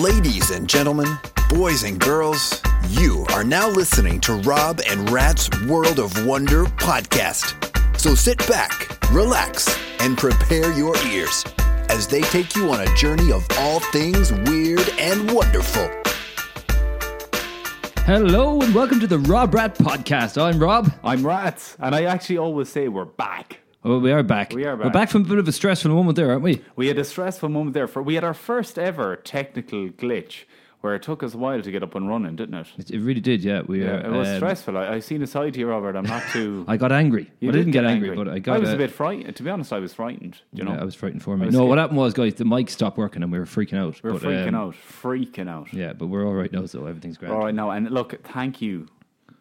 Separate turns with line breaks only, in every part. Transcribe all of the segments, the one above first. Ladies and gentlemen, boys and girls, you are now listening to Rob and Rat's World of Wonder podcast. So sit back, relax, and prepare your ears as they take you on a journey of all things weird and wonderful.
Hello and welcome to the Rob Rat Podcast. I'm Rob.
I'm Rats, and I actually always say we're back.
Oh, we are back.
We are back.
We're back from a bit of a stressful moment there, aren't we?
We had a stressful moment there. For we had our first ever technical glitch, where it took us a while to get up and running, didn't it?
It, it really did, yeah. We
Yeah,
are,
it was
um,
stressful. I, I seen a side to you, Robert. I'm not too.
I got angry.
You
I didn't
did
get angry, but I got.
I was
uh,
a bit frightened. To be honest, I was frightened. You know,
yeah, I was frightened for me.
was
No,
scared.
what happened was, guys, the mic stopped working and we were freaking out.
we were
but,
freaking
um,
out, freaking out.
Yeah, but we're all right now, so everything's great.
All right, now and look, thank you,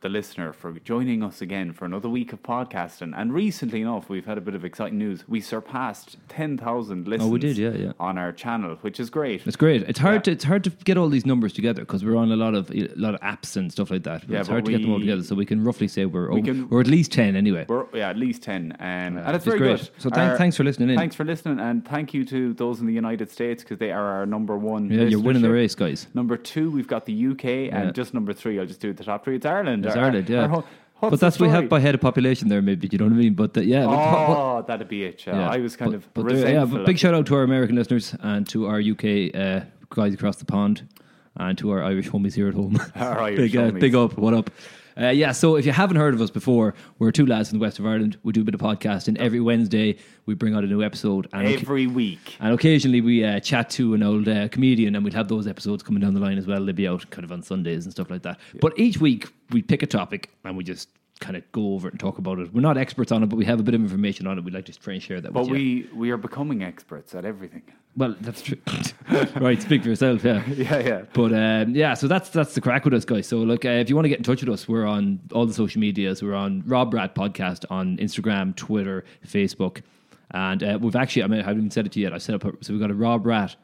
the listener, for joining us again for another week of podcasting. And recently enough, we've had a bit of exciting news. We surpassed ten thousand listens.
Oh, did, yeah, yeah.
on our channel, which is great.
It's great. It's hard
Yeah.
to it's hard to get all these numbers together because we're on a lot of a lot of apps and stuff like that. But
Yeah,
it's
but
hard to get them all
we-
together, so we can roughly say we're we
can-
we're at least ten anyway.
We're, yeah, at least 10. Um, and
it's
it's very
great.
good.
So thank- thanks for listening in.
Thanks for listening. And thank you to those in the United States because they are our number one.
yeah, you're winning the
listenership.
race, guys.
Number two, we've got the UK.
Yeah.
And just number three, I'll just do the top three. It's
It's
Ireland. Our-
Ireland,
our
yeah.
ho-
but
what's
that's
the
we
story?
have by head of population there, maybe. Do you know what I mean? But uh, yeah, what- what- what-
Oh, that'd be it. yeah.
yeah,
I was kind
but-
of
but there-
resentful.
yeah. But big shout out to our American listeners and to our UK uh, guys across the pond and to our Irish homies here at home.
Our
big,
Irish homies.
big up, what up? Uh, yeah, so if you haven't heard of us before, we're two lads in the west of Ireland. We do a bit of podcasting every Wednesday. We bring out a new episode, and oc-
Every week.
and occasionally we uh, chat to an old uh, comedian, and we'll have those episodes coming down the line as well. They'll be out kind of on Sundays and stuff like that. But each week we pick a topic and we just kind of go over it and talk about it. We're not experts on it, but we have a bit of information on it. We'd like to try and share that
But
with you.
we, we are becoming experts at everything.
Well, that's true. right, speak for yourself, yeah.
Yeah, yeah.
But um, yeah, so that's that's the crack with us, guys. So look, uh, if you want to get in touch with us, we're on all the social medias. We're on Rob Rat Podcast on Instagram, Twitter, Facebook, and uh, we've actually I mean I haven't even said it to you yet. I set up a, so we've got a Rob Rat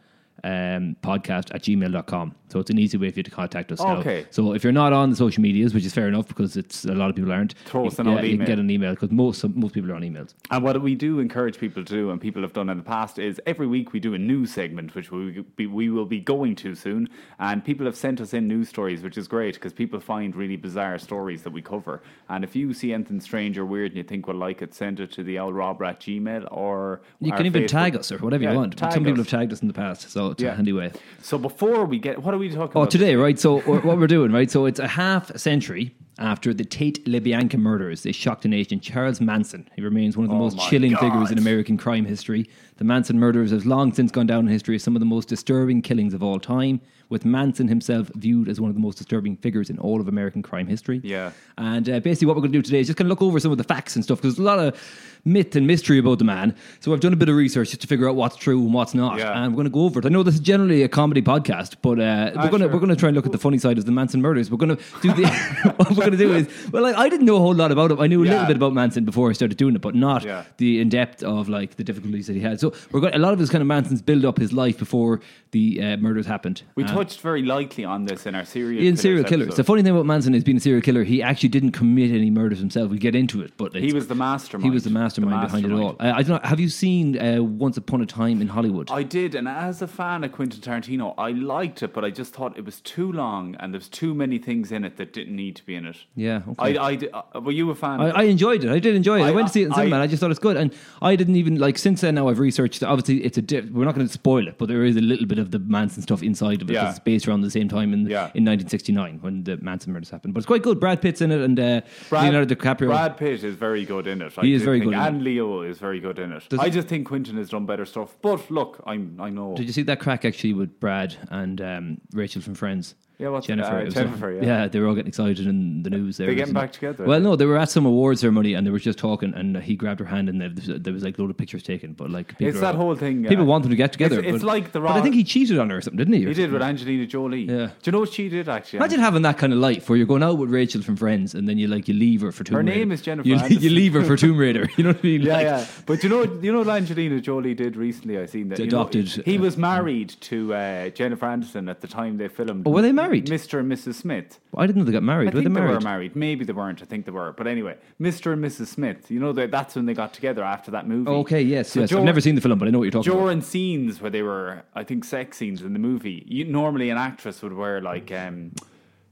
um, podcast at gmail.com. So it's an easy way for you to contact us. now.
Okay.
So if you're not on the social medias, which is fair enough because it's a lot of people aren't,
Throw us
you,
an old
yeah, you can
email.
get an email because most most people are on emails.
And what we do encourage people to do, and people have done in the past, is every week we do a news segment, which we, be, we will be going to soon. And people have sent us in news stories, which is great because people find really bizarre stories that we cover. And if you see anything strange or weird and you think we'll like it, send it to the Al Robber at Gmail or
You
our
can even
Facebook.
tag us or whatever
Yeah,
you want.
tag
Some people
us.
have tagged us in the past, so it's a
Yeah.
handy way.
So before we get, what are we talking
Oh,
about
today, right? So wh- what we're doing, right? So it's a half a century after the Tate LeBianca murders. They shocked the nation. Charles Manson. He remains one of the most
Oh my
chilling
God.
figures in American crime history. The Manson murders has long since gone down in history as some of the most disturbing killings of all time. With Manson himself viewed as one of the most disturbing figures in all of American crime history.
Yeah.
And uh, basically, what we're going to do today is just kind of look over some of the facts and stuff because there's a lot of myth and mystery about the man. So I've done a bit of research just to figure out what's true and what's not.
Yeah.
And we're going to go over it. I know this is generally a comedy podcast, but uh, we're going to
sure.
we're going to try and look at the funny side of the Manson murders. We're going to do the what we're going to do is well, like I didn't know a whole lot about him. I knew a
Yeah.
little bit about Manson before I started doing it, but not
Yeah.
the in depth of like the difficulties that he had. So we're going a lot of his kind of Manson's build up his life before the uh, murders happened.
We
Um,
touched very lightly on this in our serial
in serial
killers
killers.
episode.
The funny thing about Manson is being a serial killer, he actually didn't commit any murders himself. We get into it, but
He
it's-
was the mastermind.
He was the mastermind, behind it all. Uh, I don't know, have you seen uh, Once Upon a Time in Hollywood?
I did, and as a fan of Quentin Tarantino, I liked it, but I just thought it was too long and there's too many things in it that didn't need to be in it.
Yeah, okay.
I, I, di- uh, were you a fan?
I,
of it?
I enjoyed it. I did enjoy it. I,
I-
went to see it in
I-
cinema, and I just thought it's good. And I didn't even like since then. Now I've researched. Obviously, it's a diff, we're not going to spoil it, but there is a little bit of the Manson stuff inside of it.
Yeah.
'cause It's based around the same time in
Yeah.
in 1969 when the Manson murders happened. But it's quite good. Brad Pitt's in it, and uh, Leonardo DiCaprio.
Brad Pitt is very good in it. I
He is
do
very
think,
good in
and Leo is very good in it.
Does-
I just think Quentin has done better stuff. But look, I'm, I know.
Did you see that crack actually with Brad and um, Rachel from Friends?
Yeah, what's-
Jennifer?
uh,
it was-
Jennifer, yeah.
they were all getting excited in the news. There,
They're getting
wasn't it?
back together,
Well,
are
no, they were at some award ceremony and they were just talking, and he grabbed her hand, and there was, there was like a load of pictures taken. But like, people
It's
are
that
all-
whole thing, yeah.
People want them to get together.
It's- it's
but-
like the
But I
Ron-
think he cheated on her or something, didn't he? or
He did
something?
with Angelina Jolie.
Yeah.
Do you know what she did, actually?
Imagine having that kind of life where you're going out with Rachel from Friends, and then you like you leave her for Tomb
Her
Raider.
name is Jennifer
You, you
Aniston.
leave her for Tomb Raider. You know what I mean?
Yeah,
Like,
yeah. But you know, you know what Angelina Jolie did recently. I seen that you know,
Adopted,
he
uh,
was married to uh, Jennifer Anderson at the time they filmed.
Oh, were they married?
Mr. and Mrs. Smith.
I didn't know they got married.
I
Were
think
they married?
were married. Maybe they weren't. I think they were. But anyway, Mr. and Mrs. Smith. You know that that's when they got together after that movie.
Oh, Okay, yes,
So
yes.
Jor-
I've never seen the film, but I know what you're talking about.
During scenes where they were, I think, sex scenes in the movie, you, normally an actress would wear like um,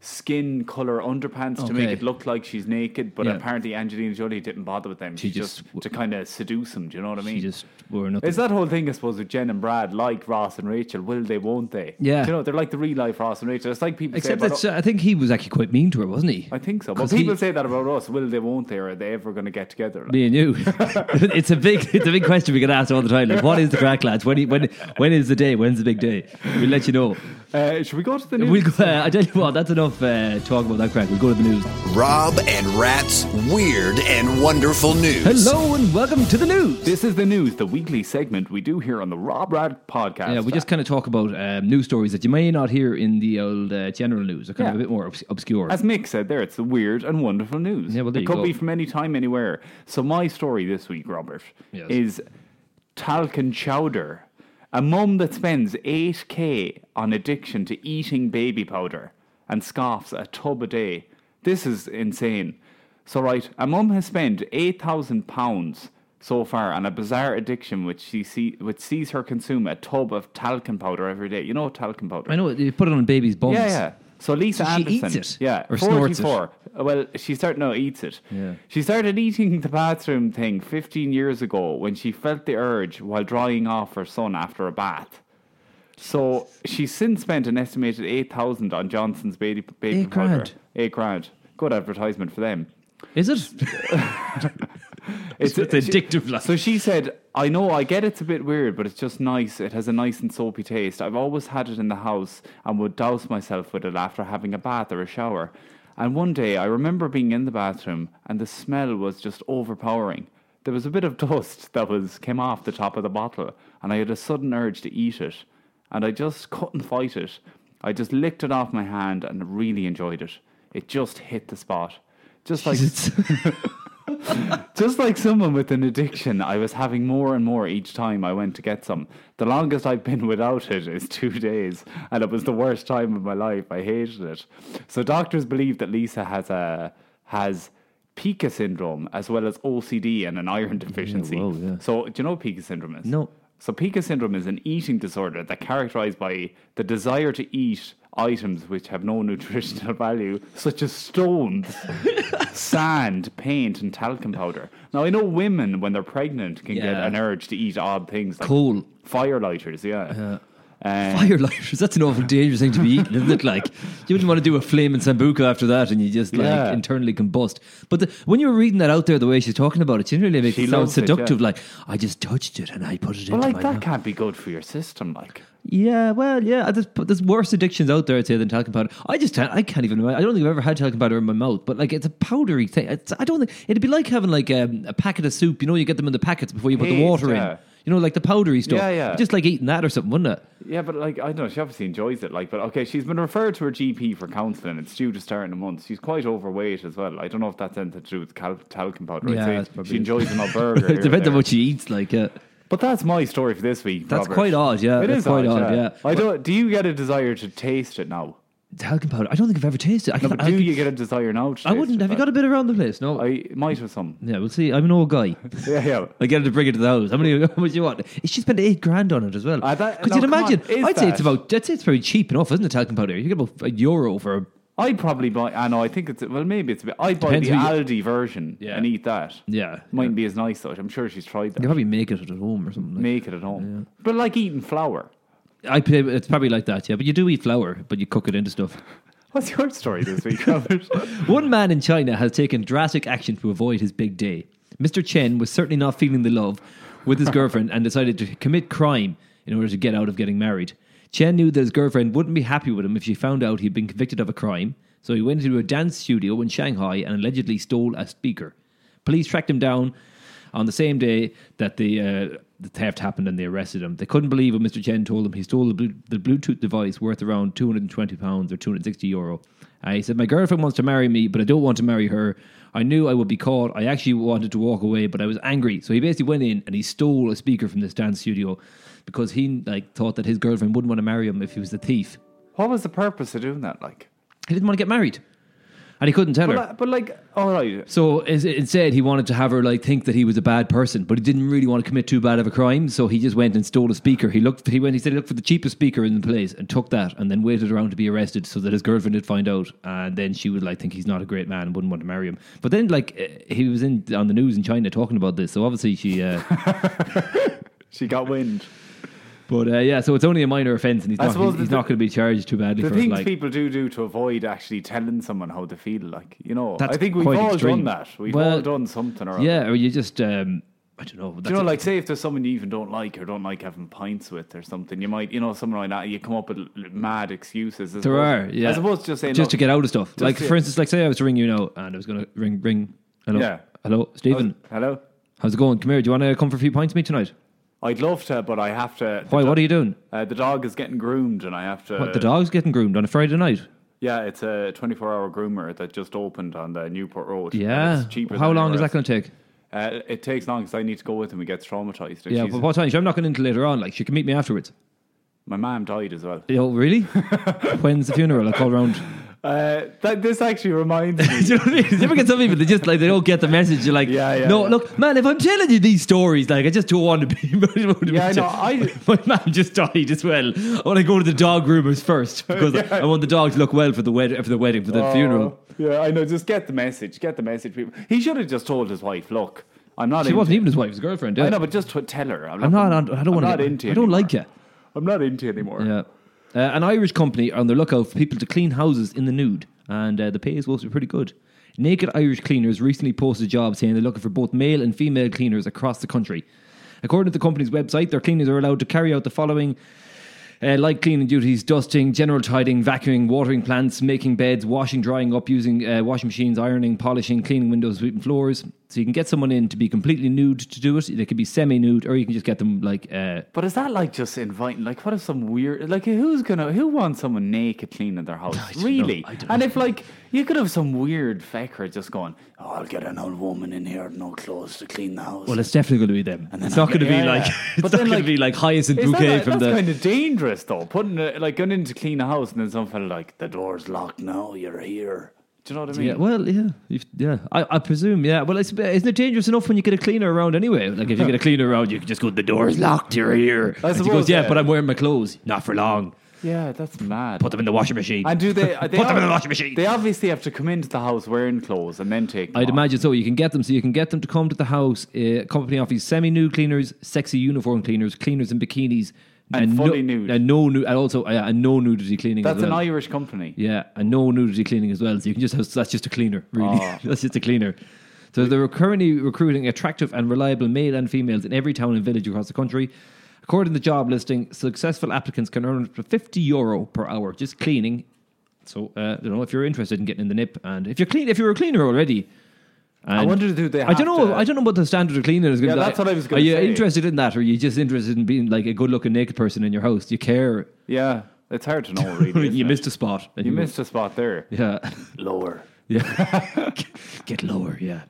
skin color underpants to make
Okay.
it look like she's naked. But
Yeah.
apparently, Angelina Jolie didn't bother with them. She,
She
just,
just w-
to kind of seduce him. Do you know what I mean?
She just were nothing.
It's that whole thing, I suppose, with Jen and Brad, like Ross and Rachel. Will they? Won't they?
Yeah.
Do you know, they're like the real life Ross and Rachel. It's like people
Except
say about
that uh, I think he was actually quite mean to her, wasn't he?
I think so. But
'Cause he-
people say that about us. Will they? Won't they? Are they ever going to get together? Like,
Me and you. it's a big, it's a big question we get asked all the time. Like, what is the crack, lads? When, when, when is the day? When's the big day? We'll let you know.
uh, should we go to the news?
We'll go, uh, I tell you what, that's enough uh, talk about that crack. We'll go to the news.
Rob and Rat's weird and wonderful news.
Hello and welcome to the news.
This is the news, the weekly segment we do here on the Rob Rad podcast.
Yeah, we just kind of talk about um, news stories that you may not hear in the old uh, general news. They're kind of
Yeah.
a bit more obs- obscure.
As Mick said there, it's the weird and wonderful news.
Yeah, well, there
it
you
could
go.
be from any time, anywhere. So my story this week, Robert,
Yes.
is Talcon Chowder, a mum that spends 8k on addiction to eating baby powder and scoffs a tub a day. This is insane. So right, a mum has spent 8,000 pounds so far on a bizarre addiction which she see, which sees her consume a tub of talcum powder every day. You know talcum powder.
I know you put it on baby's bums.
Yeah, yeah. So Lisa
So she
Anderson,
eats it?
yeah,
Or snorts it?
44. Uh, Well, she started no eats it.
Yeah.
She started eating the bathroom thing 15 years ago when she felt the urge while drying off her son after a bath. So she's since spent an estimated 8,000 on Johnson's baby baby
Eight
powder.
grand.
8 grand. Good advertisement for them.
Is it?
It's,
It's
she-
addictive, like.
So she said, I know, I get it's a bit weird, but it's just nice. It has a nice and soapy taste. I've always had it in the house and would douse myself with it after having a bath or a shower. And one day I remember being in the bathroom and the smell was just overpowering. There was a bit of dust that was came off the top of the bottle and I had a sudden urge to eat it. And I just couldn't fight it. I just licked it off my hand and really enjoyed it. It just hit the spot. Just like
It's-
just like someone with an addiction, I was having more and more each time I went to get some. The longest I've been without it is two days, and it was the worst time of my life. I hated it. So doctors believe that Lisa has a has pica syndrome as well as OCD and an iron deficiency.
whoa, yeah.
So do you know what pica syndrome is?
No.
So pica syndrome is an eating disorder that characterized by the desire to eat items which have no nutritional value, such as stones, sand, paint, and talcum powder. Now I know women when they're pregnant can get
Yeah.
an urge to eat odd things like
Coal.
fire lighters, yeah.
Uh,
Um,
Firelighters, that's an awful dangerous thing to be eating, isn't it? Like, you wouldn't want to do a flame and sambuca after that and you just like
Yeah.
internally combust. But the, when you were reading that out there, the way she's talking about it, she really makes
She
it sound
loves it, yeah.
seductive. Like, I just touched it and I put it
but
into
like
my
that
mouth.
can't be good for your system, like.
Yeah, well, yeah, uh, there's, but there's worse addictions out there, I'd say, than talcum powder. I just, can't- I can't even, I don't think I've ever had talcum powder in my mouth, but like, it's a powdery thing. It's, I don't think, it'd be like having like um, a packet of soup, you know, you get them in the packets before you put the
Paste,
water
yeah.
in. You know, like the powdery stuff.
Yeah, yeah.
Just like eating that or something, wouldn't it?
Yeah, but like I don't know, she obviously enjoys it. Like, but okay, she's been referred to her GP for counselling. It's due to start in a month. She's quite overweight as well. I don't know if that's anything to do with cal- talcum powder.
Yeah,
I'd
it's
say
probably
she
is.
enjoys an odd burger.
it
here and
depends on
there.
what she eats, like, yeah.
But that's my story for this week.
That's
Robert.
quite odd, yeah,
It
that's
is
quite
odd,
odd,
yeah.
yeah.
I don't. Do you get a desire to taste it now?
talcum powder. I don't think I've ever tasted. it. I,
No,
can't-
but
I,
do
could-
you get a desire now? To
I wouldn't. Have you got a bit around the place? No.
I might have some.
yeah, we'll see. I'm an old guy.
Yeah, yeah.
I get her to bring it to the house. How many? How much you want? She spent eight grand on it as well.
I bet-
Because
no,
you'd
come on,
imagine.
is
I'd say it's
that-
about. I'd say it's very cheap enough, isn't it? Talcum powder. You get about a euro for. a...
I'd probably buy. I know. I think it's well. Maybe it's. a bit- I'd buy
Depends
the
who
Aldi version
Yeah.
and eat that.
Yeah,
Mightn't be as nice though. I'm sure she's tried
You
that.
probably make it at home or something. Like.
Make it at home. But like eating flour.
I pay, it's probably like that, yeah. But you do eat flour, but you cook it into stuff.
What's your story this week, Robert?
One man in China has taken drastic action to avoid his big day. Mr. Chen was certainly not feeling the love with his girlfriend and decided to commit crime in order to get out of getting married. Chen knew that his girlfriend wouldn't be happy with him if she found out he'd been convicted of a crime, so he went into a dance studio in Shanghai and allegedly stole a speaker. Police tracked him down on the same day that the uh, the theft happened and they arrested him. They couldn't believe what Mr. Chen told them. He stole the, blu- the Bluetooth device worth around 220 pounds or 260 euro. Uh, he said, "My girlfriend wants to marry me, but I don't want to marry her. I knew I would be caught. I actually wanted to walk away, but I was angry. So he basically went in and he stole a speaker from this dance studio because he like thought that his girlfriend wouldn't want to marry him if he was the thief."
What was the purpose of doing that? Like,
He didn't want to get married, and he couldn't tell
but,
her.
li- but like, all right,
So is- instead, he wanted to have her like think that he was a bad person, but he didn't really want to commit too bad of a crime. So he just went and stole a speaker. He looked. He went. He said he looked for the cheapest speaker in the place and took that, and then waited around to be arrested so that his girlfriend would find out, and then she would like think he's not a great man and wouldn't want to marry him. But then like eh, he was in on the news in China talking about this, so obviously she. Uh,
she got wind.
but uh, yeah, so it's only a minor offence, and he's
I
not.
suppose
He's, he's
the-
not going to be charged too badly
The
for it.
things
Like,
people do do to avoid actually telling someone how they feel, like you know,
That's
I think we've
quite
all
extreme.
done that. We've
Well,
all done something or other.
yeah, or you just. Um, I don't know.
Do you know, like, say if there's someone you even don't like or don't like having pints with or something, you might, you know, someone like that, you come up with l- l- mad excuses. As
There
opposed-
are, yeah.
As opposed to just saying,
just
"Look,
to get out of stuff. like
to-
for instance, like say I was to ring you now, and I was gonna ring, ring. Hello,
Yeah.
hello, Stephen.
uh, hello.
How's it going? Come here. Do you want to come for a few pints with me tonight?
I'd love to, but I have to.
Why? What are you doing?
Uh, the dog is getting groomed, and I have to.
What, the dog's getting groomed on a Friday night.
Yeah, it's a 24-hour groomer that just opened on the Newport Road. and
Yeah.
it's cheaper.
How
than
long is
anywhere
that going to take?
else. Uh, it takes long because I need to go with him. He gets traumatized.
Yeah, but what time? So I'm not going into later on. Like she can meet me afterwards.
my mom died as well.
Oh, really? When's the funeral? I call round.
Uh, that, this actually reminds me.
Do you know what I mean? You ever get some people that just like they don't get the message? You're like,
Yeah, yeah,
no,
yeah.
look, man, if I'm telling you these stories, like I just don't want to be. I want to
Yeah, I
be
know, I-
my man just died as well. I want to go to the dog groomers first because I want the dog to look well for the wedding, for the wedding, for the
Oh.
Uh, funeral.
Yeah, I know. Just get the message. Get the message. People. He should have just told his wife, "Look, I'm not."
She
into
wasn't even his wife; his girlfriend. Yeah.
I know, but just to tell her.
I'm not. on- I don't want
not
to.
into.
I don't
anymore.
like you.
I'm not into anymore.
Yeah. Uh, an Irish company are on the lookout for people to clean houses in the nude, and uh, the pay is supposed to be pretty good. Naked Irish Cleaners recently posted a job saying they're looking for both male and female cleaners across the country. According to the company's website, their cleaners are allowed to carry out the following uh, light cleaning duties: dusting, general tidying, vacuuming, watering plants, making beds, washing, drying up, using uh, washing machines, ironing, polishing, cleaning windows, sweeping floors. So you can get someone in to be completely nude to do it. They could be semi-nude, or you can just get them like uh,
But is that like just inviting? Like, what if some weird? Like, who's gonna? Who wants someone naked cleaning their house?
don't
really?
know. I don't
And if like you could have some weird fecker just going, oh, "I'll get an old woman in here, no clothes to clean the house."
Well, it's definitely going to be them. It's not
I'll
going to
get-
be
yeah,
like
yeah.
it's
But
not
then,
going
like,
to be like hyacinth
Is that
bouquet
not-
from
that's
the.
kind of dangerous though. Putting a, like going in to clean a house and then some fella like the door's locked now. You're here. Do you know what I mean?
yeah, well, yeah, You've- yeah. I, I presume, yeah. Well, it's, isn't it dangerous enough when you get a cleaner around anyway? Like if you get a cleaner around, you can just go. The door's locked. You're here.
I
And she
suppose,
goes, yeah,
yeah.
but I'm wearing my clothes. Not for long.
yeah, that's mad.
Put them in the washing machine.
and do they, they
Put them in the
ob-
washing machine.
They obviously have to come into the house wearing clothes and then take. Them
I'd
off.
imagine so. You can get them. So you can get them to come to the house. Uh, company offers semi-nude cleaners, sexy uniform cleaners, cleaners in bikinis,
And fully
no,
nude.
and no nu- and also uh, and no nudity cleaning. as
That's an
well.
Irish company.
Yeah, and no nudity cleaning as well. So you can just have, that's just a cleaner, really.
Oh.
that's just a cleaner. So they're currently recruiting attractive and reliable male and females in every town and village across the country. According to the job listing, successful applicants can earn up to 50 euro per hour just cleaning. So uh, you know if you're interested in getting in the nip, and if you're clean, if you're a cleaner already. And
I wonder do they?
I don't
have
know.
to-
I don't know what the standard of cleaning is going
Yeah,
to be.
that's what I was
Are
gonna
you
say.
interested in that, or are you just interested in being like a good-looking naked person in your house? Do you care?
Yeah, it's hard to know. Really,
you
isn't
missed a spot. and
it? You missed a spot there.
Yeah.
Lower.
Yeah. Get lower, yeah.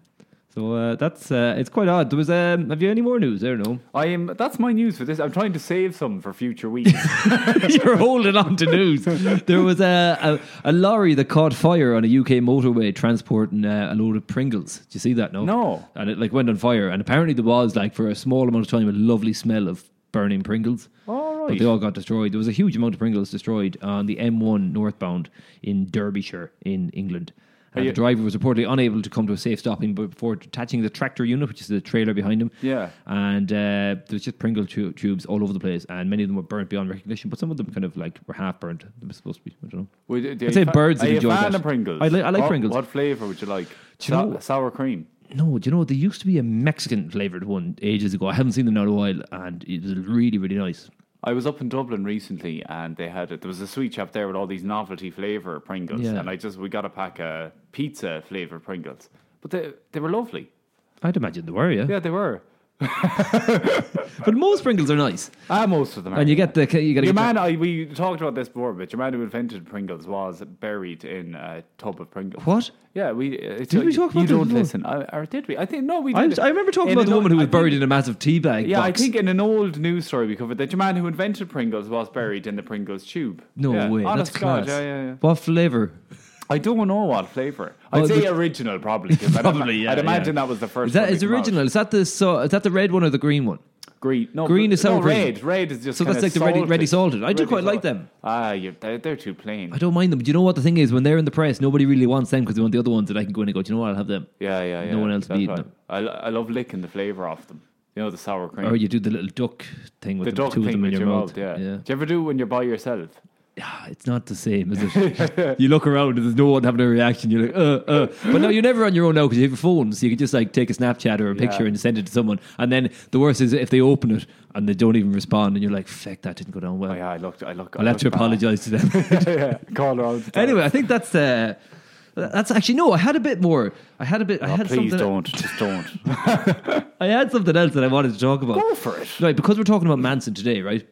So uh, that's uh, it's quite odd. There was um, have you any more news? I don't know.
I am. That's my news for this. I'm trying to save some for future weeks.
You're holding on to news. There was a, a a lorry that caught fire on a UK motorway transporting uh, a load of Pringles. Did you see that? No.
No.
And it like went on fire. And apparently there was like for a small amount of time a lovely smell of burning Pringles.
All right.
But they all got destroyed. There was a huge amount of Pringles destroyed on the M1 northbound in Derbyshire in England. And
you-
the driver was reportedly unable to come to a safe stopping before detaching the tractor unit, which is the trailer behind him.
Yeah.
And uh, there was just Pringle tu- tubes all over the place, and many of them were burnt beyond recognition, but some of them kind of like were half burnt. They were supposed to be, I don't know.
Would- do
I'd
you
say
fa-
birds
Are
would
you a
enjoy
fan
that.
of Pringles?
I li- I like
What-
Pringles.
What flavor would you like?
you
Sa-
know-
sour cream.
No, do you know there used to be a Mexican flavored one ages ago. I haven't seen them in a while, and it was really, really nice.
I was up in Dublin recently, and they had there was a sweet shop there with all these novelty flavor Pringles,
Yeah.
and I just we got a pack of pizza flavor Pringles, but they they were lovely.
I'd imagine they were, yeah.
Yeah, they were.
But most Pringles are nice,
Ah, most of them. Are.
and you get the you get
Your
a
man, I, we talked about this before, but your man who invented Pringles was buried in a tub of Pringles.
What?
Yeah, we uh, it's-
Did we talk about
you
this
don't
before?
listen, I, or did we? I think no, we.
I,
Did
I remember talking about the woman who was buried in a massive tea bag.
Yeah,
box.
I think in an old news story we covered that your man who invented Pringles was buried in the Pringles tube.
No
yeah.
way.
honest
That's
to God,
class.
yeah, yeah, yeah.
What flavor?
I don't know what flavor. I'd
Oh,
say
the-
original probably. 'cause I'd ima-
Probably, yeah,
I'd
yeah.
imagine that was the first.
Is that
one
is
to come out.
original? Is that the so, is that the red one or the green one?
Green, no,
Green is sour
no,
cream.
red. Red is just
So that's
kinda
like the ready- ready salted. I do
Ready
quite like
salted.
them.
Ah, you're, they're, they're too plain.
I don't mind them. But you know what the thing is? When they're in the press, nobody really wants them because they want the other ones that I can go in and go. Do you know what? I'll have them.
Yeah, yeah, yeah.
No one else
That's
beating
right.
them.
I, lo- I love licking the flavor off them. You know the sour cream.
Or you do the little duck thing with
the
the
dog
Oh, two of
thing
them in
with
your, mouth.
yeah. Do you ever do when you're by yourself?
Ah, it's not the same, is it? you look around and there's no one having a reaction. You're like, uh, uh. But no, you're never on your own now because you have your phone, so you can just like take a Snapchat or a picture
Yeah.
and send it to someone. And then the worst is if they open it and they don't even respond, and you're like, "Fuck, that didn't go down well."
Oh, yeah, I looked. I look.
I'll have to apologise to them.
yeah, call her out.
anyway, I think that's uh, that's actually no. I had a bit more. I had a bit. I
Oh,
had
please
something.
don't. Just don't.
I had something else that I wanted to talk about.
Go for it.
Right, because we're talking about Manson today, right?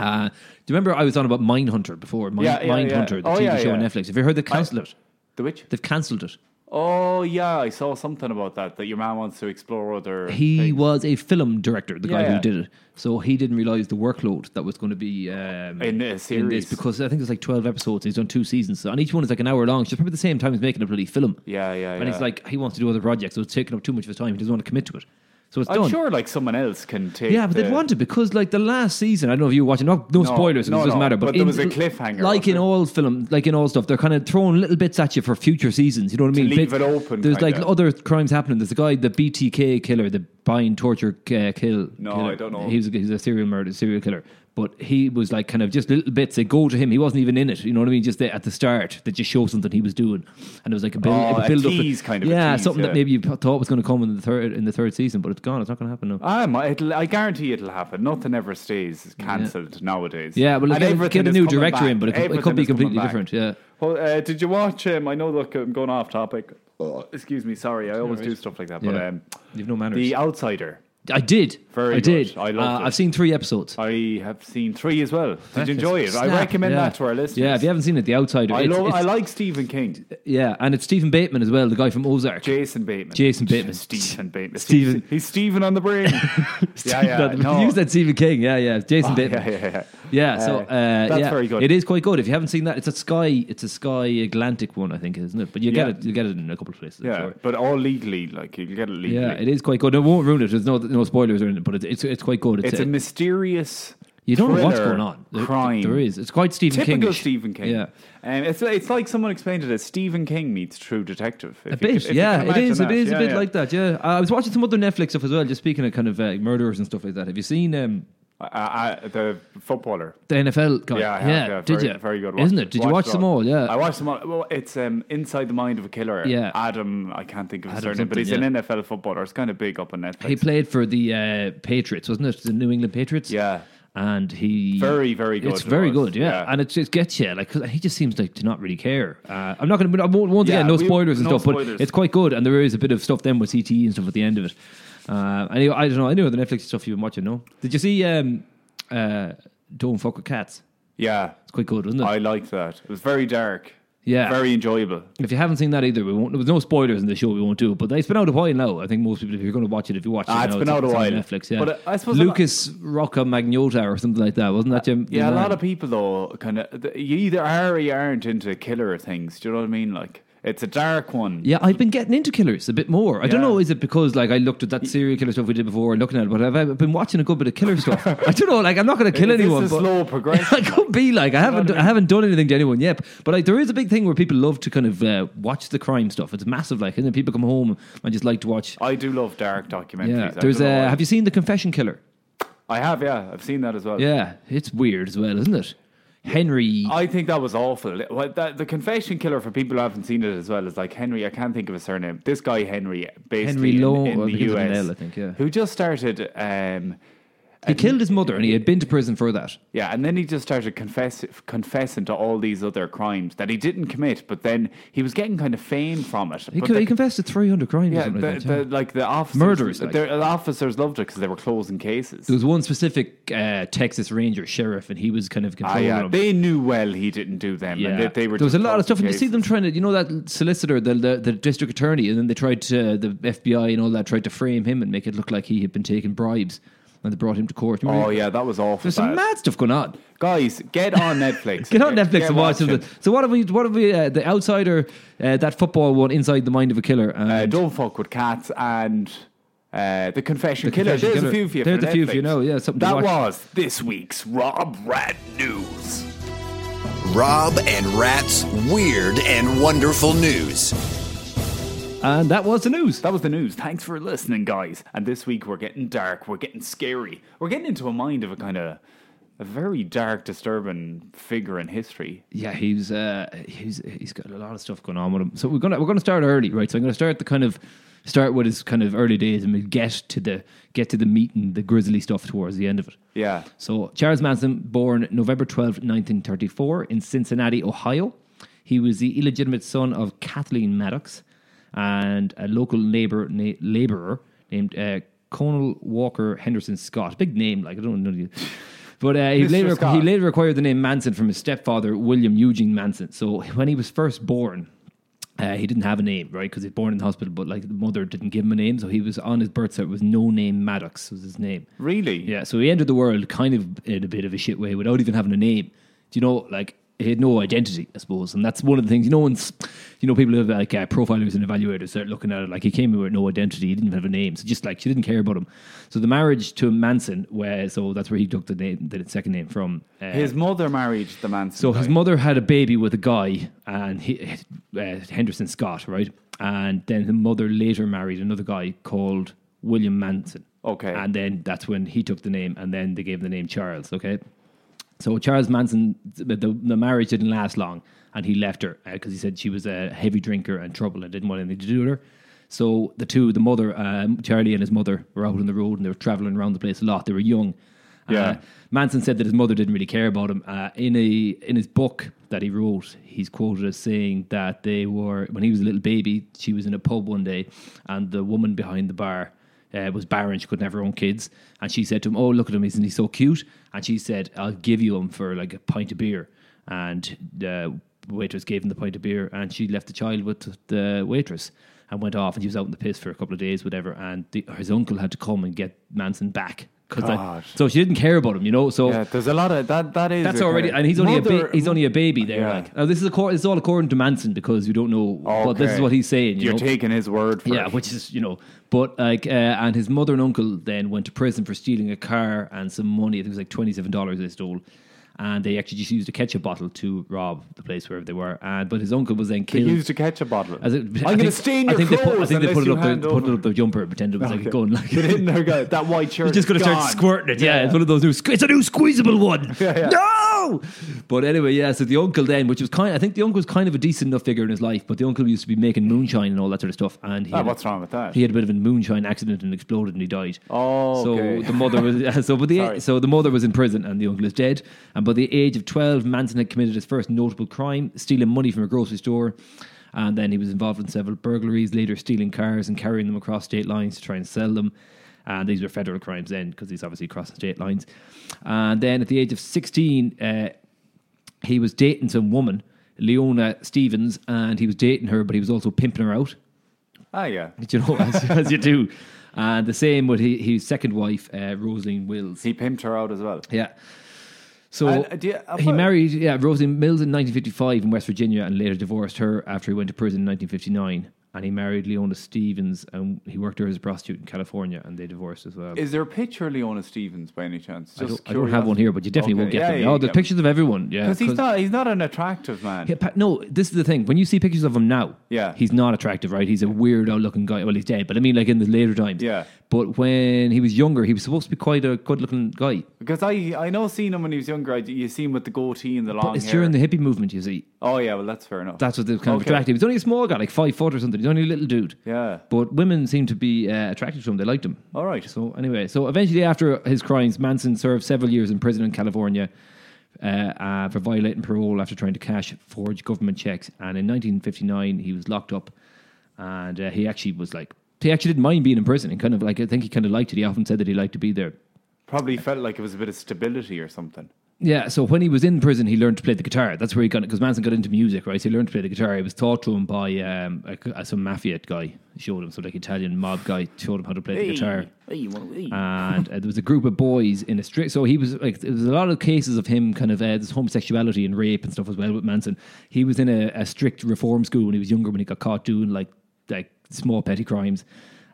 Uh, do you remember I was on about Mindhunter before? Mind,
Yeah, yeah, yeah.
Mindhunter, the
Oh,
TV
yeah,
show on
yeah.
Netflix. Have you heard they cancelled it?
The witch.
They've cancelled it.
Oh yeah, I saw something about that. That your man wants to explore other.
He
things.
was a film director, the guy
Yeah, yeah.
who did it. So he didn't realize the workload that was going to be um,
In a series.
because I think there's like 12 episodes. He's done two seasons, so- and each one is like an hour long. So it's probably the same time as making a bloody film.
Yeah, yeah,
And he's
yeah.
like, he wants to do other projects, so it's taking up too much of his time. He doesn't want to commit to it. So it's
I'm
done.
sure like someone else can take.
Yeah, but they'd
the-
want to because like the last season, I don't know if you were watching. No, no, spoilers, so
no,
it doesn't
no,
matter. But,
but there
in-
was a cliffhanger,
like in
wasn't
all film, like in all stuff, they're kind of throwing little bits at you for future seasons. You know what I mean?
leave
Bits-
it open,
There's like
kinda.
other crimes happening. There's a guy, the BTK killer, the bind, torture, uh, kill.
No,
killer.
I don't know.
He was he's a serial murder, serial killer. But he was like kind of just little bits. They go to him. He wasn't even in it. You know what I mean? Just there at the start, they just show something he was doing, and it was like a build,
Oh, a
build up,
tease, kind of a
yeah,
tease,
something
yeah.
that maybe you thought was going to come in the third in the third season, but it's gone. It's not going to happen now.
Ah, my- it'll, I guarantee it'll happen. Nothing ever stays cancelled nowadays.
Yeah, well,
And
get, a-
everything
get a
is
new
coming
director
back.
in, but it, could- it
Everything
could be
is coming
completely
back.
different. Yeah.
Well, uh, did you watch? Um, I know. Look, I'm going off topic. Oh, Excuse me. Sorry, I always do stuff like that. But
Yeah.
um,
You've no manners.
The Outsider.
I did.
Very
I did.
good. I loved
uh,
it.
I've seen three episodes.
I have seen three as well. Did you enjoy it? I
Snap,
recommend
yeah.
that to our listeners.
Yeah, if you haven't seen it, The Outsider.
I
it's-
love.
it's-
I like Stephen King,
yeah, and it's Stephen Bateman as well, the guy from Ozark.
Jason Bateman,
Jason Bateman.
Stephen Bateman,
Stephen-
He's Stephen on the brain. yeah, yeah,
That-
no.
Use that Stephen King. Yeah, yeah. Jason
yeah,
Bateman.
yeah, yeah.
Yeah, so uh,
that's
yeah,
very good.
It is quite good. If you haven't seen that, it's a Sky, it's a Sky Atlantic one, I think, isn't it? But you
Yeah.
get it, you get it in a couple of places. I'm
Yeah,
sure.
but all legally, like you get it legally.
yeah, it is quite good. No, it won't ruin it. There's no no spoilers or anything, but it's it's, it's quite good.
It's a mysterious.
You don't know what's
thriller
going on. There-
Crime.
There is. It's quite Stephen King.
Typical Stephen King.
Yeah.
Um, it's, it's like someone explained it as Stephen King meets True Detective.
A bit, yeah, it is. It is a bit like that. Yeah, I was watching some other Netflix stuff as well. Just speaking of kind of uh, murderers and stuff like that. Have you seen um,
Uh, uh, the footballer.
the NFL guy?
Yeah, I have, yeah,
did
very,
you?
Very good.
isn't it? Did you
Watched
watch
it
them all? Yeah,
I watched them all. Well, it's um, Inside the Mind of a Killer.
Yeah.
Adam, I can't think of his
Adam
surname, but he's
something,
an NFL footballer. It's kind of big up on Netflix.
he played for the uh, Patriots, wasn't it? The New England Patriots.
yeah,
and he
Very, very good
It's
it
very
was,
good, yeah.
yeah.
And it just gets you like 'cause he just seems like to not really care. Uh, I'm not going to once
Yeah,
again no
we-
spoilers and
no
stuff, but
spoilers.
it's quite good. And there is a bit of stuff then with CTE and stuff at the end of it. Uh, anyway, I don't know. I know the Netflix stuff you've been watching. No, did you see? Um, uh, don't fuck with cats.
yeah.
It's quite good, isn't it?
I liked that. It was very dark.
Yeah.
Very enjoyable.
if you haven't seen that either, we won't. There's no spoilers in the show. We won't do it. But it's been out a while now. I think most people, if you're going to watch it, if you watch it,
Ah,
now,
it's been out a
on
while.
Netflix, yeah.
But, uh, I suppose a lot-
Lucas Rocca Magnota or something like that, wasn't that Jim?
Yeah, a lot of people though, kind of, you either are or you aren't into killer things. Do you know what I mean? Like, it's a dark one.
Yeah, I've been getting into killers a bit more. I don't
Yeah.
know, is it because like I looked at that serial killer stuff we did before and looking at it, but I've, I've been watching a good bit of killer stuff. I don't know, like I'm not going to kill
This is
anyone.
a
but
slow progression,
I could be like I haven't, I, haven't done anything to anyone yet. But like there is a big thing where people love to kind of uh, watch the crime stuff. It's massive, like, and then people come home and just like to watch.
I do love dark documentaries.
Yeah,
I
there's
don't know
a.
why.
Have you seen the Confession Killer?
I have, yeah. I've seen that as well.
Yeah, it's weird as well, isn't it? Henry.
I think that was awful. Well, that, the confession killer for people who haven't seen it as well is like Henry. I can't think of his surname. This guy Henry,
Henry
basically
Lo-
in, in
well,
the
begins with an
US,
L, I think, yeah.
who just started. Um,
He killed his mother and he had been to prison for that.
Yeah, and then he just started confess, confessing to all these other crimes that he didn't commit, but then he was getting kind of fame from it.
He,
but
co-
the-
he confessed to 300 crimes or
yeah,
something
the,
like that. yeah.
the, like the officers,
Murders, like.
The the officers loved it because they were closing cases.
There was one specific uh, Texas Ranger sheriff, and he was kind of
Ah,
controlling
yeah,
him.
they knew well he didn't do them, and they, they were.
there was a
just
lot of
closing
stuff, and you see
cases.
them trying to, you know, that solicitor, the the, the district attorney, and then they tried to the FBI and all that tried to frame him and make it look like he had been taking bribes, and they brought him to court. Remember-
Oh yeah, that was awful.
there's some
bad.
mad stuff going on.
Guys, get on Netflix.
Get on Netflix and watch
watching.
something. So what have we? What have we? Uh, the Outsider, uh, that football one, Inside the Mind of a Killer. and-
Uh, don't fuck with cats and uh, the Confession Killer.
Confession
There's
Killer.
a few for you.
There's
for
a few for you
Netflix.
now, yeah, something to
that
watch.
was this week's Rob Rat News.
Rob and Rat's weird and wonderful news.
Uh,
and that was the news.
That was the news. Thanks for listening, guys. And this week we're getting dark. We're getting scary. We're getting into a mind of a kind of a very dark, disturbing figure in history.
yeah, he's uh, he's he's got a lot of stuff going on with him. So we're gonna we're gonna start early, right? So I'm gonna start the kind of start with his kind of early days, and we'll get to the get to the meat and the grisly stuff towards the end of it.
Yeah.
So Charles Manson, born November 12, 1934, in Cincinnati, Ohio, he was the illegitimate son of Kathleen Maddox and a local neighbor na- laborer named uh, Conal Walker Henderson Scott. Big name, like I don't know. the- But uh, he
Mr.
later he
Scott.
later acquired the name Manson from his stepfather William Eugene Manson. So when he was first born, uh, he didn't have a name, right? Because he was born in the hospital, but like the mother didn't give him a name, so he was on his birth certificate with no name. Maddox was his name.
Really?
Yeah, so he entered the world kind of in a bit of a shit way without even having a name. Do you know, like, he had no identity, I suppose. And that's one of the things, you know, when, s- you know, people have like uh, profilers and evaluators start looking at it, like, he came in with no identity, he didn't have a name. So just like, she didn't care about him. So the marriage to Manson, where, so that's where he took the name, the second name from. Uh,
His mother married the man.
so his mother had a baby with a guy, and he, uh, Henderson Scott, right? And then the mother later married another guy called William Manson.
Okay.
And then that's when he took the name, and then they gave him the name Charles. Okay. So Charles Manson, the, the, the marriage didn't last long, and he left her because he said she was a heavy drinker and trouble and didn't want anything to do with her. So the two, the mother, um, Charlie and his mother, were out on the road and they were traveling around the place a lot. They were young.
Yeah.
Uh, Manson said that his mother didn't really care about him. Uh, in a in his book that he wrote, he's quoted as saying that they were when he was a little baby. She was in a pub one day, and the woman behind the bar uh, was barren. She couldn't have her own kids, and she said to him, "Oh, look at him! Isn't he so cute?" And she said, "I'll give you him for like a pint of beer." And uh, the waitress gave him the pint of beer, and she left the child with the waitress. And went off, and she was out in the piss for a couple of days, whatever. And the, his uncle had to come and get Manson back 'Cause I-
God.
so she didn't care about him, you know. So
Yeah, there's a lot of that. That is.
that's
a
already,
kind of-
and he's only a
Mother-
ba- he's only a baby there.
Yeah.
Like now, this is according, it's all according to Manson because we don't know, but this
Okay.
is what he's saying. You
You're
know?
taking his word for
yeah,
it.
which is you know, but like, uh, and his mother and uncle then went to prison for stealing a car and some money. I think it was like twenty seven dollars they stole, and they actually just used a ketchup bottle to rob the place wherever they were. And but his uncle was then
They
killed.
used a ketchup bottle.
As it-
I'm
I
going to
think-
stain
I
your
think they
clothes.
put, I think they
unless
put it
you
up their
hand
put it
over.
up their jumper and pretended it was like a gun. Like
Get in there, guy. That white shirt.
You're just
going
gonna
to
start squirting it. Yeah, it's one of those new. squ- It's a new squeezable one.
yeah.
No. But anyway, yeah. So the uncle then, which was kind, I think the uncle was kind of a decent enough figure in his life, but the uncle used to be making moonshine and all that sort of stuff. And he
Ah,
had-
what's wrong with that?
He had a bit of a moonshine accident and exploded, and he died.
Oh,
so
okay.
the mother was uh, so. But the
Sorry.
so the mother was in prison, and the uncle is dead. And by the age of twelve, Manson had committed his first notable crime: stealing money from a grocery store. And then he was involved in several burglaries, later stealing cars and carrying them across state lines to try and sell them. And these were federal crimes then, because he's obviously crossing state lines. And then at the age of 16, uh, he was dating some woman, Leona Stevens, and he was dating her, but he was also pimping her out
Ah, yeah.
you know, as, as you do. And the same with his, his second wife, uh, Rosaline Wills.
He pimped her out as well.
Yeah. So
And, uh, do you- uh,
he
what-
married, yeah, Rosaline Mills in 1955 in West Virginia and later divorced her after he went to prison in 1959. And he married Leona Stevens and he worked her as a prostitute in California and they divorced as well.
Is there a picture of Leona Stevens by any chance? Just
I don't, I don't have one here, but you definitely
Okay,
won't get
yeah,
them.
yeah,
oh,
you
the
get-
pictures of everyone. Yeah.
Because he's
'cause-
not, he's not an attractive man.
Yeah, pa- no, this is the thing. When you see pictures of him now,
Yeah.
he's not attractive, right? He's a weirdo looking guy. Well, he's dead, but I mean, like in the later times.
Yeah.
But when he was younger, he was supposed to be quite a good looking guy.
Because I, I know seen him when he was younger. I, you see him with the goatee and the long
But it's
hair.
during the hippie movement, you see.
Oh yeah, well that's fair enough.
That's what they kind of
Okay.
attractive. He's only a small guy, like five foot or something. He's only a little dude.
Yeah.
But women seem to be uh, attracted to him. They liked him.
All right.
So anyway, so eventually after his crimes, Manson served several years in prison in California uh, uh, for violating parole after trying to cash forged government checks. And in 1959, he was locked up, and uh, he actually was like he actually didn't mind being in prison. And kind of like I think he kind of liked it. He often said that he liked to be there.
Probably felt like it was a bit of stability or something.
Yeah, so when he was in prison, he learned to play the guitar. That's where he got because Manson got into music, right? So he learned to play the guitar. It was taught to him by um, a, some mafia guy. Showed him, so like Italian mob guy showed him how to play the guitar. And uh, there was a group of boys in a street. So he was like, there was a lot of cases of him kind of uh, this homosexuality and rape and stuff as well with Manson. He was in a, a strict reform school when he was younger when he got caught doing like like small petty crimes.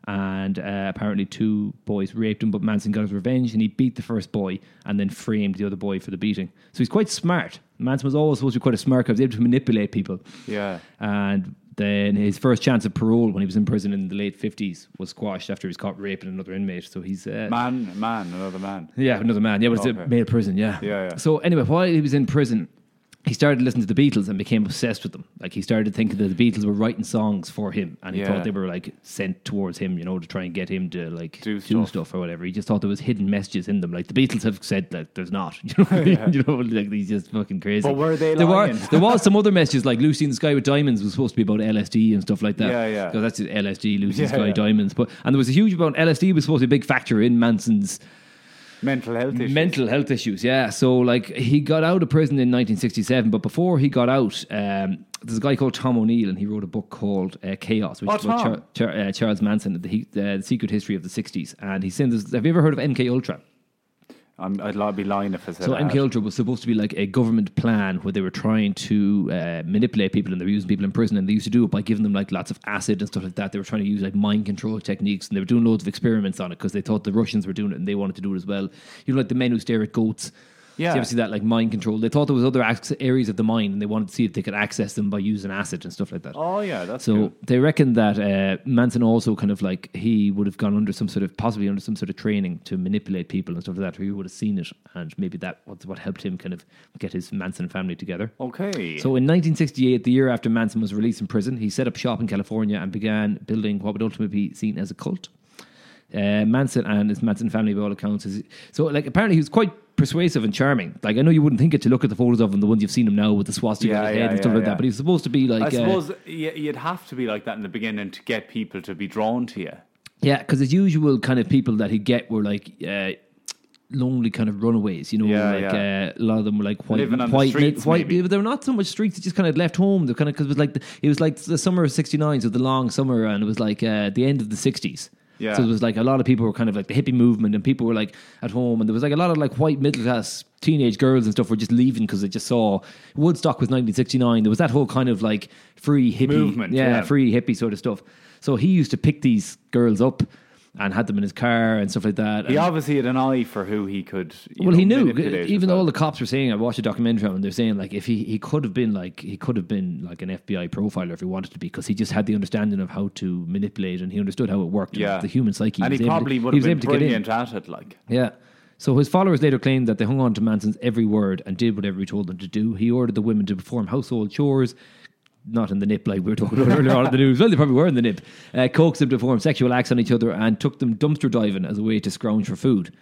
And uh, apparently, two boys raped him, but Manson got his revenge and he beat the first boy and then framed the other boy for the beating. So he's quite smart. Manson was always supposed to be quite a smart guy, he was able to manipulate people.
Yeah.
And then his first chance of parole when he was in prison in the late 50s was squashed after he was caught raping another inmate. So he's. Uh,
Man, man, another man.
yeah, another man. Yeah, but it's a
Okay.
male prison. Yeah.
Yeah, yeah.
So anyway, while he was in prison, he started listening to the Beatles and became obsessed with them. Like he started thinking that the Beatles were writing songs for him, and he
Yeah.
thought they were like sent towards him, you know, to try and get him to like
Do
do
stuff.
stuff or whatever. He just thought there was hidden messages in them. Like the Beatles have said that there's not. You know, what I mean? you know, like he's just fucking crazy.
But were they
There were-
lying?
there was some other messages like Lucy in the Sky with Diamonds was supposed to be about LSD and stuff like that.
Yeah, yeah.
Because that's just LSD, Lucy in the
Yeah,
Sky
yeah.
Diamonds. But and there was a huge amount. LSD was supposed to be a big factor in Manson's
Mental health issues.
mental health issues. Yeah, so like he got out of prison in 1967, but before he got out, um, there's a guy called Tom O'Neill, and he wrote a book called uh, Chaos, which
Oh,
is about
Tom.
Char- Char- uh, Charles Manson, the, he- uh, the secret history of the 60s. And he said, this- "Have you ever heard of MK Ultra?"
I'm, I'd li- be lying if I said
So
I
MK
had.
Ultra was supposed to be like a government plan where they were trying to uh, manipulate people and they were using people in prison and they used to do it by giving them like lots of acid and stuff like that. They were trying to use like mind control techniques and they were doing loads of experiments on it because they thought the Russians were doing it and they wanted to do it as well. You know, like the men who stare at goats.
Yeah.
So you ever see that like mind control? They thought there was other ac- areas of the mind and they wanted to see if they could access them by using acid and stuff like that.
Oh yeah, that's
So
cool.
they reckon that uh, Manson also kind of like he would have gone under some sort of possibly under some sort of training to manipulate people and stuff like that, or he would have seen it, and maybe that was what helped him kind of get his Manson family together.
Okay.
So in 1968, the year after Manson was released from prison, he set up shop in California and began building what would ultimately be seen as a cult. Uh, Manson and his Manson family, by all accounts, is so like apparently he was quite persuasive and charming. Like I know you wouldn't think it to look at the photos of him, the ones you've seen him now with the swastika
Yeah,
on his
yeah,
head and stuff
yeah,
like
yeah.
that. But he was supposed to be like
I
uh,
suppose y- you'd have to be like that in the beginning to get people to be drawn to you.
Yeah, because his usual kind of people that he get were like uh, lonely kind of runaways, you know,
Yeah,
like Uh,
yeah.
a lot of them were like white,
Living on the
white,
streets,
white.
maybe.
But they were not so much streets; they just kind of left home. They kind of because it was like the, it was like the summer of '69, so the long summer, and it was like uh, the end of the '60s.
Yeah.
So it was like a lot of people were kind of like the hippie movement, and people were like at home, and there was like a lot of like white middle class teenage girls and stuff were just leaving because they just saw Woodstock was 1969. There was that whole kind of like free hippie
Movement,
yeah,
yeah.
free free hippie sort of stuff. So he used to pick these girls up and had them in his car and stuff like that.
He
And-
obviously had an eye for who he could. you
well,
know,
he knew, uh,
manipulate
even
as
though
well.
all the cops were saying. I watched a documentary on him. They're saying like if he, he could have been like he could have been like an FBI profiler if he wanted to be because he just had the understanding of how to manipulate and he understood how it worked. and
yeah,
the human psyche.
and
was
he
able to-
probably would
he was
have been
able to get in.
brilliant at it. Like,
Yeah. So his followers later claimed that they hung on to Manson's every word and did whatever he told them to do. He ordered the women to perform household chores, not in the nip like we were talking about earlier on in the news. Well, they probably were in the nip. Uh, coaxed them to perform sexual acts on each other and took them dumpster diving as a way to scrounge for food.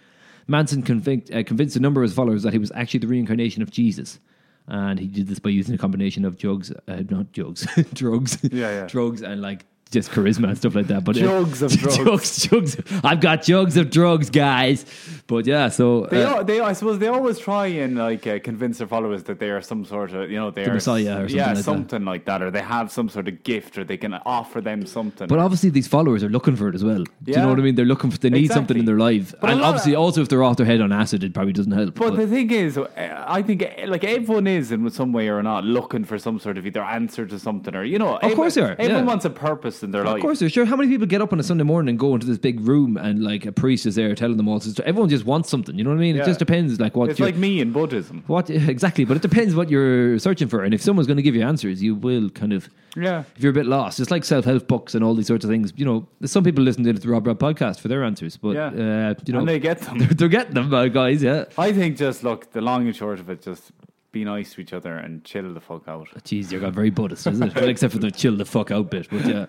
Manson convinced, uh, convinced a number of his followers that he was actually the reincarnation of Jesus. And he did this by using a combination of drugs, uh, not drugs, drugs,
Yeah, yeah.
drugs, and like just charisma and stuff like that. But uh,
Jugs of drugs.
jugs, jugs. I've got jugs of drugs, guys. But yeah, so
They,
uh,
al- they, I suppose, they always try and like uh, convince their followers that they are some sort of, you know, they are
Messiah or something
yeah,
like that.
something like that, or they have some sort of gift, or they can offer them something.
but obviously these followers are looking for it as well. Do you
Yeah.
know what I mean? They're looking for they need something
Exactly.
in their life,
But a
and
lot of-
obviously also if they're off their head on acid, it probably doesn't help.
But
But-
the thing is, uh, I think uh, like everyone is in some way or not looking for some sort of either answer to something or you know. Of
course they are,
Everyone
yeah.
wants a purpose in their life.
Of course, there's sure. How many people get up on a Sunday morning and go into this big room and like a priest is there telling them all? this- Everyone just wants something. You know what I mean? It
Yeah.
just depends, like what
It's
your-
like me in Buddhism.
What exactly? But it depends what you're searching for, and if someone's going to give you answers, you will kind of.
Yeah.
If you're a bit lost, it's like self help books and all these sorts of things. You know, some people listen to the Rob Rob podcast for their answers, but
Yeah.
uh, you know,
and they get them.
they're, they're getting them, uh, guys. Yeah,
I think just look, the long and short of it, just be nice to each other and chill the fuck out.
Jeez, you got very Buddhist, isn't it? Well, except for the chill the fuck out bit. But yeah.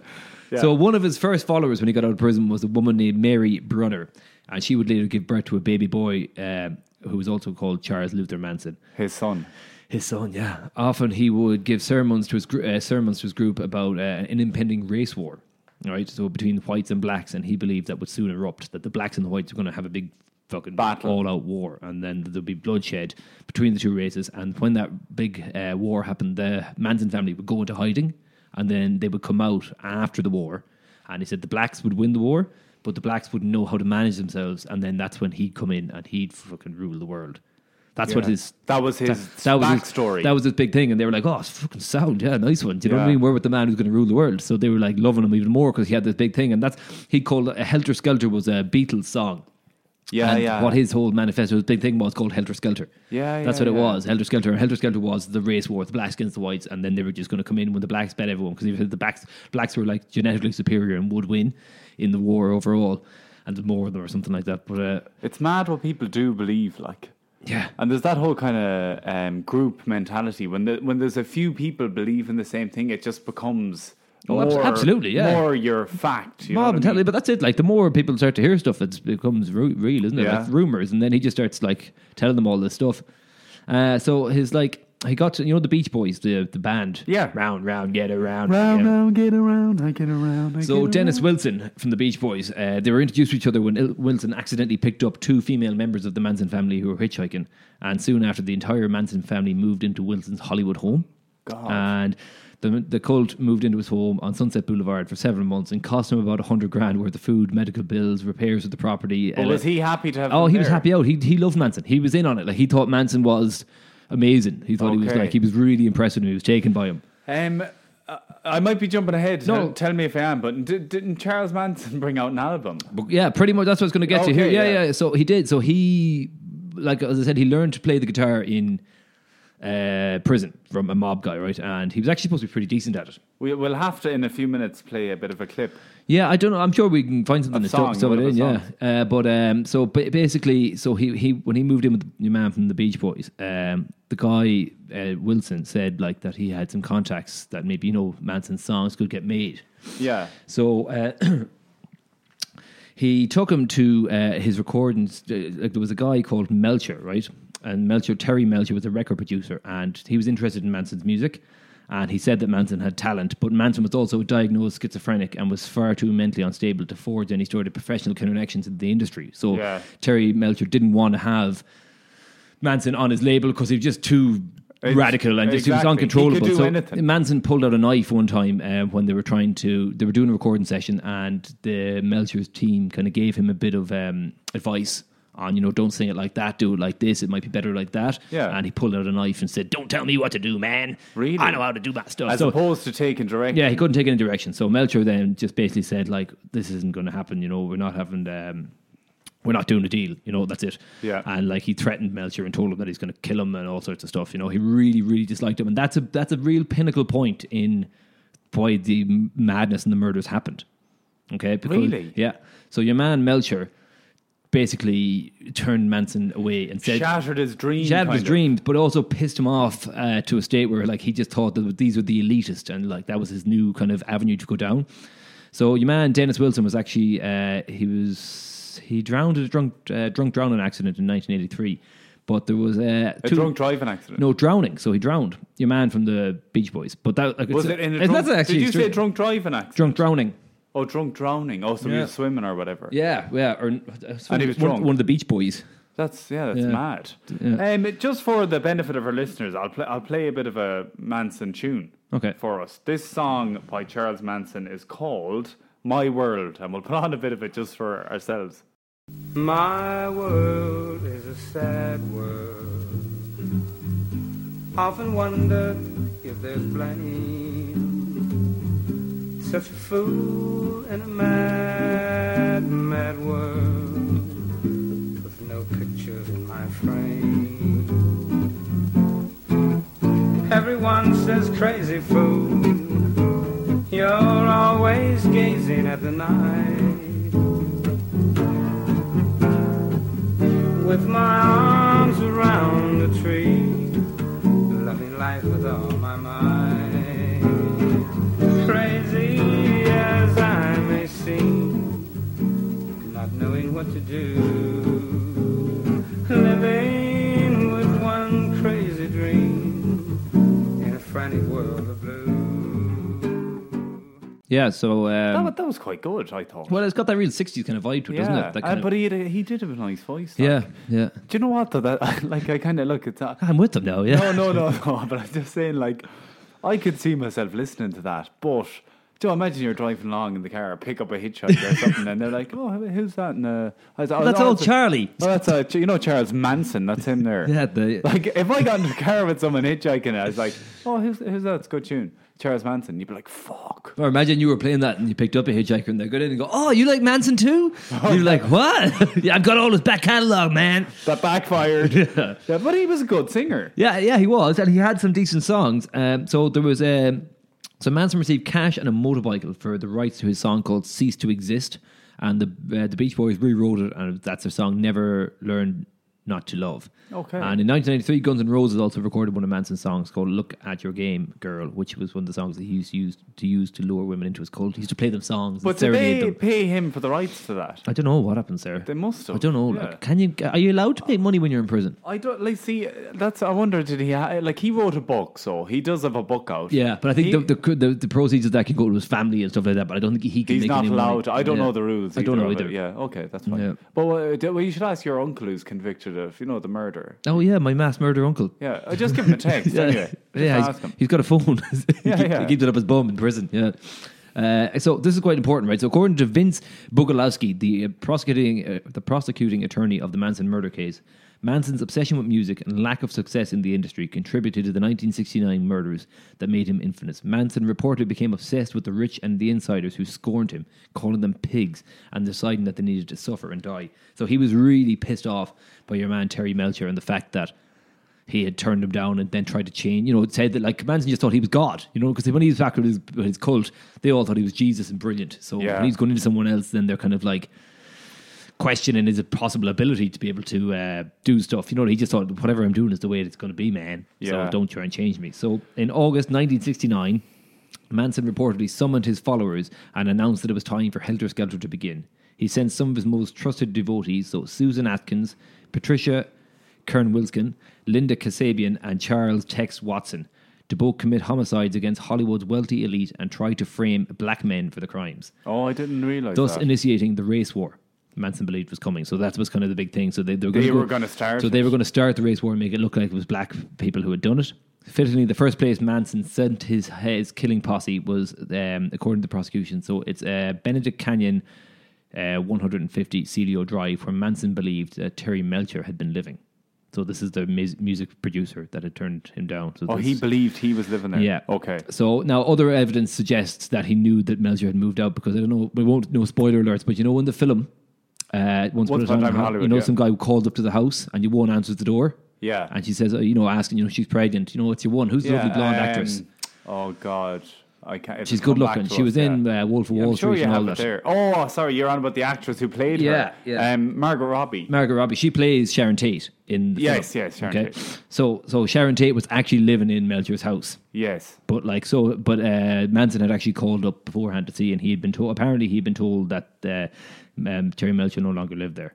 So one of his first followers when he got out of prison was a woman named Mary Brunner, and she would later give birth to a baby boy um, who was also called Charles Luther Manson.
His son.
His son, yeah. Often he would give sermons to his gr- uh, sermons to his group about uh, an impending race war, right? So between whites and blacks, and he believed that would soon erupt. That the blacks and the whites were going to have a big fucking
Battle.
all-out war, and then there'd be bloodshed between the two races. And when that big uh, war happened, the Manson family would go into hiding, and then they would come out after the war. And he said the blacks would win the war, but the blacks wouldn't know how to manage themselves, and then that's when he'd come in and he'd fucking rule the world. That's what
Yeah.
his
That was his backstory.
His, that was his big thing, and they were like, "Oh, it's fucking sound, yeah, nice one." Do you know what I
Yeah.
mean? We're with the man who's going to rule the world, so they were like loving him even more because he had this big thing, and that's he called a "Helter Skelter" was a Beatles song.
Yeah,
and
yeah.
What his whole manifesto, his big thing was called Helter Skelter.
Yeah,
that's
yeah,
what it
yeah.
was. Helter Skelter. And Helter Skelter was the race war, the blacks against the whites, and then they were just going to come in when the blacks bet everyone because the blacks blacks were like genetically superior and would win in the war overall, and more of them or something like that. But uh,
It's mad what people do believe, like.
yeah,
And there's that whole kind of um, group mentality. When the, when there's a few people believe in the same thing, it just becomes
Oh, abs-
more,
absolutely, yeah.
more your fact. You know
mob
what I
mentality,
mean?
but that's it. Like the more people start to hear stuff, it becomes ru- real, isn't it?
Yeah.
Like rumors, and then he just starts like telling them all this stuff. Uh, so his like he got to, you know the Beach Boys, the the band.
Yeah.
round round get around
Round,
yeah.
round, get around, I get around. I
So
get
Dennis Wilson from the Beach Boys, uh, they were introduced to each other when Il- Wilson accidentally picked up two female members of the Manson family who were hitchhiking, and soon after the entire Manson family moved into Wilson's Hollywood home.
God.
And the the cult moved into his home on Sunset Boulevard for several months and cost him about a hundred grand worth of food, medical bills, repairs of the property.
But
Uh,
was he happy to have?
Oh,
them
he was
there?
happy out. He he loved Manson. He was in on it. Like he thought Manson was amazing. He thought he was
Okay.
like he was really impressed with him. He was taken by him.
Um, I- I might be jumping ahead.
No.
No, tell, tell me if I am. But did, didn't Charles Manson bring out an album?
But yeah, pretty much that's what's going to get you here.
Okay,
Yeah, yeah,
yeah.
So he did. So he, like as I said, he learned to play the guitar in uh, prison from a mob guy, right? And he was actually supposed to be pretty decent at it.
We, we'll have to in a few minutes play a bit of a clip.
Yeah, I don't know. I'm sure we can find something
A
to
song,
stuff stuff
one
it
of
in.
the
Yeah, uh, but um, so ba- basically, so he he when he moved in with your man from the Beach Boys, um, the guy uh, Wilson said like that he had some contacts that maybe you know Manson's songs could get made.
Yeah,
So uh, he took him to uh, his recordings. uh, Like there was a guy called Melcher, right? And Melcher Terry Melcher was a record producer, and he was interested in Manson's music. And he said that Manson had talent, but Manson was also diagnosed schizophrenic and was far too mentally unstable to forge any sort of professional connections in the industry. So
Yeah.
Terry Melcher didn't want to have Manson on his label because he was just too
It's-
radical and just he was
exactly. He could
uncontrollable.
do
so
anything.
Manson pulled out a knife one time uh, when they were trying to they were doing a recording session, and the Melcher's team kind of gave him a bit of um, advice on you know don't sing it like that, do it like this. It might be better like that.
Yeah.
And he pulled out a knife and said, "Don't tell me what to do, man.
Really?
I know how to do my stuff."
as
So-
opposed to taking direct.
yeah, he couldn't take any direction. So Melcher then just basically said, like, this isn't going to happen. You know, we're not having, um, we're not doing a deal. You know, that's it.
Yeah.
And like he threatened Melcher and told him that he's going to kill him and all sorts of stuff. You know, he really, really disliked him, and that's a that's a real pinnacle point in why the m- madness and the murders happened. Okay. Because,
Really?
Yeah. So your man Melcher basically turned Manson away and said,
shattered his dream.
shattered his
kind of.
dreams, but also pissed him off uh, to a state where like he just thought that these were the elitist, and like that was his new kind of avenue to go down. So your man Dennis Wilson was actually uh, he was he drowned in a drunk uh, drunk drowning accident in 1983, but there was uh,
A
two-
drunk driving accident.
no drowning, so he drowned. Your man from the Beach Boys, but that like,
was
it's-
it in a
it's-
drunk?
that's actually
did you say
extreme-
drunk driving accident?
drunk drowning?
Oh, drunk drowning. Oh, so he
Yeah.
was swimming or whatever.
Yeah, yeah, or and
he was
one,
drunk.
one of the Beach Boys.
That's yeah, that's
Yeah.
mad. Um, just for the benefit of our listeners, I'll play I'll play a bit of a Manson tune.
Okay.
For us, this song by Charles Manson is called "My World," and we'll put on a bit of it just for ourselves.
My world is a sad world. Often wonder if there's blame. Such a fool in a mad, mad world with no pictures in my frame. Everyone says crazy fool. You're always gazing at the night. with my arms around the tree. life with all my might. Crazy as I may seem, not knowing what to do. Living with one crazy dream in a frantic world of blue.
Yeah, so um,
that, that was quite good, I thought.
well, it's got that real '60s kind of vibe to it, doesn't
yeah.
it? That
Uh,
kind
but
of,
he, had a, he did have a nice voice. like.
yeah, yeah.
Do you know what though? That like I kind of look. It's not,
I'm with them now. Yeah,
no, no, no, no. But I'm just saying, like, I could see myself listening to that. But do you imagine you're driving along in the car, pick up a hitchhiker or something, and they're like, "Oh, who- who's that?" And uh, I was, oh,
that's
no,
old
that's a-
Charlie.
Oh, that's uh, you know Charles Manson. That's him there.
Yeah, the-
Like if I got in the car with someone hitchhiking, I was like, "Oh, who's who's that? It's a good tune, Charles Manson." You'd be like, "Fuck."
Or imagine you were playing that and you picked up a hitchhiker and they go in and go, "Oh, you like Manson too?"
Oh,
You're like, "What? yeah, I've got all his back catalog, man."
That backfired. yeah. but he was a good singer.
Yeah, yeah, he was, and he had some decent songs. Um, so there was um, so Manson received cash and a motorbike for the rights to his song called "Cease to Exist," and the uh, the Beach Boys rewrote it, and that's their song "Never Learn Not to Love."
Okay.
And in 1993, Guns N' Roses also recorded one of Manson's songs called "Look at Your Game, Girl," which was one of the songs that he used, used to use to lure women into his cult. He used to play them songs
But
and
did
serenade
they
them.
pay him for the rights to that?
I don't know what happens there.
They must have.
I don't know.
yeah.
Like, can you? Are you allowed to make money when you're in prison?
I don't like see. That's I wonder. Did he ha- like he wrote a book, so he does have a book out.
Yeah, but I think
He-
the, the, the the proceeds of that can go to his family and stuff like that. But I don't think he can.
he's
make
not
any money.
allowed. I don't
Yeah.
know the rules.
I don't know
of it.
either.
Yeah. Okay, that's fine.
Yeah.
But uh, d- well, you should ask your uncle who's convicted of you know the murder.
Oh yeah, my mass murder uncle.
Yeah. uh, Just give him a text anyway. Just
yeah,
ask
he's,
him.
he's got a phone. he,
Yeah,
keep-
yeah.
he keeps it up his bum in prison. Yeah. Uh, so this is quite important, right? So according to Vince Bogolowski, the uh, prosecuting uh, the prosecuting attorney of the Manson murder case, Manson's obsession with music and lack of success in the industry contributed to the 1969 murders that made him infamous. Manson reportedly became obsessed with the rich and the insiders who scorned him, calling them pigs, and deciding that they needed to suffer and die. So he was really pissed off by your man Terry Melcher and the fact that he had turned him down and then tried to change. You know, it said that like Manson just thought he was God. You know, because when he was back with his, with his cult, they all thought he was Jesus and brilliant. So
Yeah.
when he's going into someone else, then they're kind of like questioning his possible ability to be able to uh, do stuff. You know, he just thought whatever I'm doing is the way it's going to be, man.
Yeah.
So don't try and change me. So in August 1969. Manson reportedly summoned his followers and announced that it was time for Helter Skelter to begin. He sent some of his most trusted devotees, so Susan Atkins, Patricia Kern Wilskin, Linda Kasabian, and Charles Tex Watson, to both commit homicides against Hollywood's wealthy elite and try to frame black men for the crimes,
Oh, I didn't realize.
thus
that.
initiating the race war. Manson believed was coming, so that was kind of the big thing. So they, they were going
They
to go,
were gonna start
So they
it.
were going to start the race war and make it look like it was black people who had done it. Fittingly, the first place Manson sent his his killing posse was, um, according to the prosecution, so it's uh, Benedict Canyon, uh, 150 Celio Drive, where Manson believed uh, Terry Melcher had been living. So this is the mus- music producer that had turned him down. So
oh,
this-
he believed he was living there.
yeah.
Okay.
So now other evidence suggests that he knew that Melzer had moved out because I don't know. We won't know spoiler alerts, but you know in the film, uh, once, upon a time, in Ho-
Hollywood,
you know
yeah.
some guy who called up to the house and your one answers the door.
Yeah.
And she says, uh, you know, asking, you know, she's pregnant. You know, it's your one. Who's the lovely blonde
um,
actress?
Oh God. I can't, it'll
She's
come
good
back
looking.
to
She
us,
was
yeah.
in uh, Wolf of
Yeah,
Wall
I'm sure
Street
you
and
have
all
it
that.
there. Oh, sorry, you're on about the actress who played
Yeah,
her.
yeah.
Um, Margot Robbie.
Margaret Robbie, she plays Sharon Tate in the
Yes,
film.
yes, Sharon Tate.
So, so Sharon Tate was actually living in Melcher's house.
yes.
But like so, but uh, Manson had actually called up beforehand to see, and he had been told. Apparently, he had been told that uh, um, Terry Melcher no longer lived there.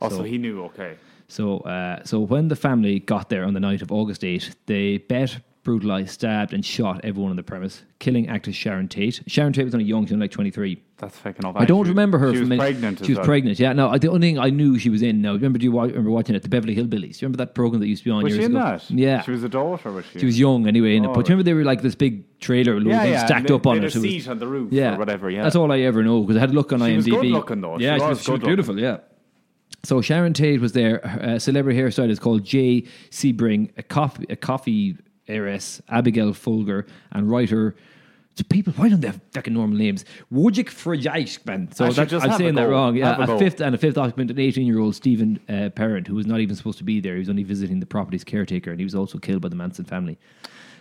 Also,
So-
Oh, he knew. Okay.
So, uh, so when the family got there on the night of August 8, they bet, brutalized, stabbed, and shot everyone on the premise, killing actress Sharon Tate. Sharon Tate was only young; she was like twenty three.
That's fucking off.
I don't remember her.
She
from any-
was pregnant. as
She was
well.
pregnant. Yeah. No, I- the only thing I knew she was in. Now, remember? Do you wa- remember watching it? The Beverly Hillbillies. Do you remember that program that used to be on
Was
years
she in
ago?
that?
Yeah.
She was a daughter, was she?
She was young anyway, in it.
Oh,
but remember they were like this big trailer, loads of
yeah,
things
yeah.
stacked
and
up on
they-
it.
they
It
had a
was-
seat on the roof or whatever. Yeah.
that's all I ever know because I had a look on
She
IMDb.
was good-looking, though. She
Yeah, she
was
was, she was
good-looking.
beautiful. Yeah. So Sharon Tate was there. Her uh, celebrity hairstylist called Jay Sebring, a coffee, a coffee heiress, Abigail Folger, and writer. So people, why don't they have fucking normal names? Wojcik Frajishman.
I
So
should
that's,
just
I'm
have a
saying that
go.
wrong.
Have a
Yeah,
go.
a fifth and a fifth occupant, an 18 year old Stephen uh, Parent, who was not even supposed to be there. He was only visiting the property's caretaker, and he was also killed by the Manson family.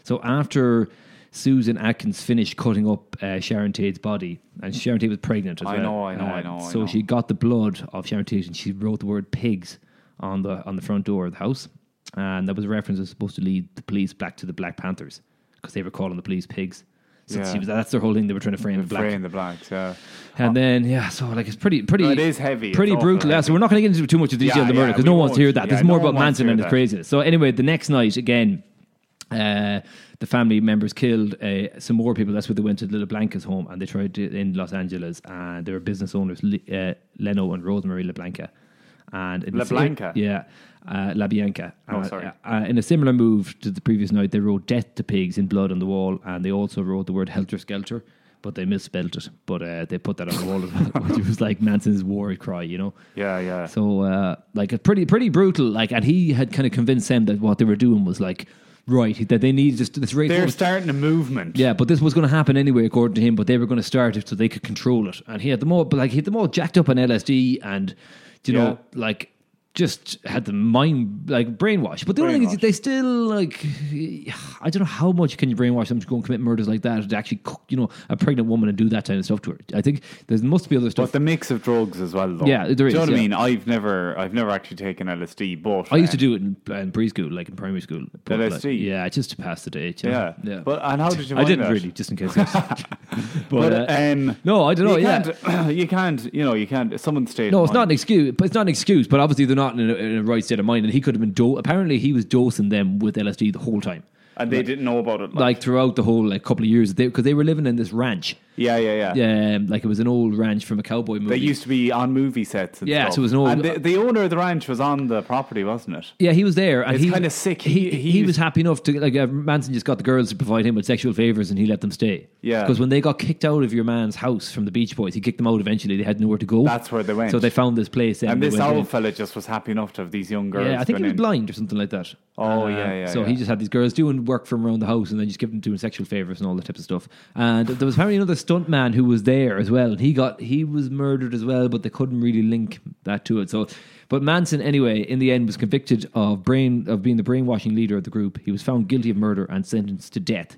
So after Susan Atkins finished cutting up uh, Sharon Tate's body, and Sharon Tate was pregnant as
Mm. I
well. Um,
know, I know, I know, I
So
know.
she got the blood of Sharon Tate, and she wrote the word pigs on the on the front door of the house. and that was a reference that was supposed to lead the police back to the Black Panthers because they were calling the police pigs. So
Yeah.
she was, that's their whole thing. They were trying to frame the black.
Frey and the Blacks. Yeah.
And then yeah, so like it's pretty pretty.
No, it is heavy.
Pretty
It's awful
brutal. Yeah, so
heavy.
we're not going to get into too much of the detail of
Yeah,
the
yeah,
murder because
we
no one wants to hear
won't.
that.
Yeah,
There's more
no one
about
wants to
Manson
hear
and his
that.
craziness. So anyway, the next night again. Uh, the family members killed uh, some more people. That's where they went to the LeBlanca's home, and they tried to in Los Angeles. And they were business owners, Le- uh, Leno and Rosemary LeBlanca. And in the-
LeBlanca?
yeah, uh, LaBianca.
Oh,
Uh,
sorry.
uh, uh, in a similar move to the previous night, they wrote "Death to Pigs" in blood on the wall, and they also wrote the word "Helter Skelter," but they misspelled it. But uh, they put that on the wall as well, which was like Manson's war cry, you know.
Yeah, yeah.
So, uh, like, a pretty, pretty brutal. Like, and he had kind of convinced them that what they were doing was like right that they needed this, this race.
They're
was-
starting a movement.
yeah, but this was going to happen anyway, according to him. But they were going to start it so they could control it. And he had them all, but like he had them all jacked up on LSD, and you
Yeah.
know, like just had the mind like brainwashed. But the only thing is,
Brainwashed.
they still like I don't know how much can you brainwash them to go and commit murders like that to actually cook, you know, a pregnant woman and do that kind of stuff to her. I think there must be other stuff.
But the mix of drugs as well, though.
Yeah, there is,
Do you know what
yeah.
I mean? I've never, I've never actually taken LSD, but
I used to
uh,
do it in, in preschool, like in primary school. But
LSD?
like, yeah, just to pass the day. you
uh, Yeah.
know? yeah.
But and how did you?
I
find
didn't
that?
really, just in case. but
But,
uh,
um,
no, I don't know.
You
Yeah,
can't, you can't. You know, you can't. Someone stayed.
No,
at
it's not
mine.
an excuse. But it's not an excuse. But obviously, they're not in a, in a right state of mind, and he could have been. Do- apparently, he was dosing them with LSD the whole time,
and they didn't know about it. Like,
like throughout the whole like couple of years, because they, were living in this ranch.
yeah, yeah, yeah.
Um, like it was an old ranch from a cowboy movie.
They used to be on movie sets. And
Yeah,
stuff.
so it was an old-
And the, the owner of the ranch was on the property, wasn't it?
yeah, he was there, and
It's
he
kinda sick.
He,
He-
he,
he
was
was-
happy enough to like uh, Manson just got the girls to provide him with sexual favors, and he let them stay.
Yeah.
because when they got kicked out of your man's house from the Beach Boys, he kicked them out eventually. They had nowhere to go.
That's where they went.
So they found this place,
And
they
this
went in.
old fella just was happy enough to have these young girls.
Yeah, I think he
going
was
in.
blind or something like that. Uh,
Oh, yeah, yeah,
So
yeah.
he just had these girls doing work from around the house, and then just giving them doing sexual favors and all that type of stuff. And there was apparently another stunt man who was there as well, and he got he was murdered as well, but they couldn't really link that to it. So, but Manson anyway, in the end, was convicted of brain of being the brainwashing leader of the group. He was found guilty of murder and sentenced to death.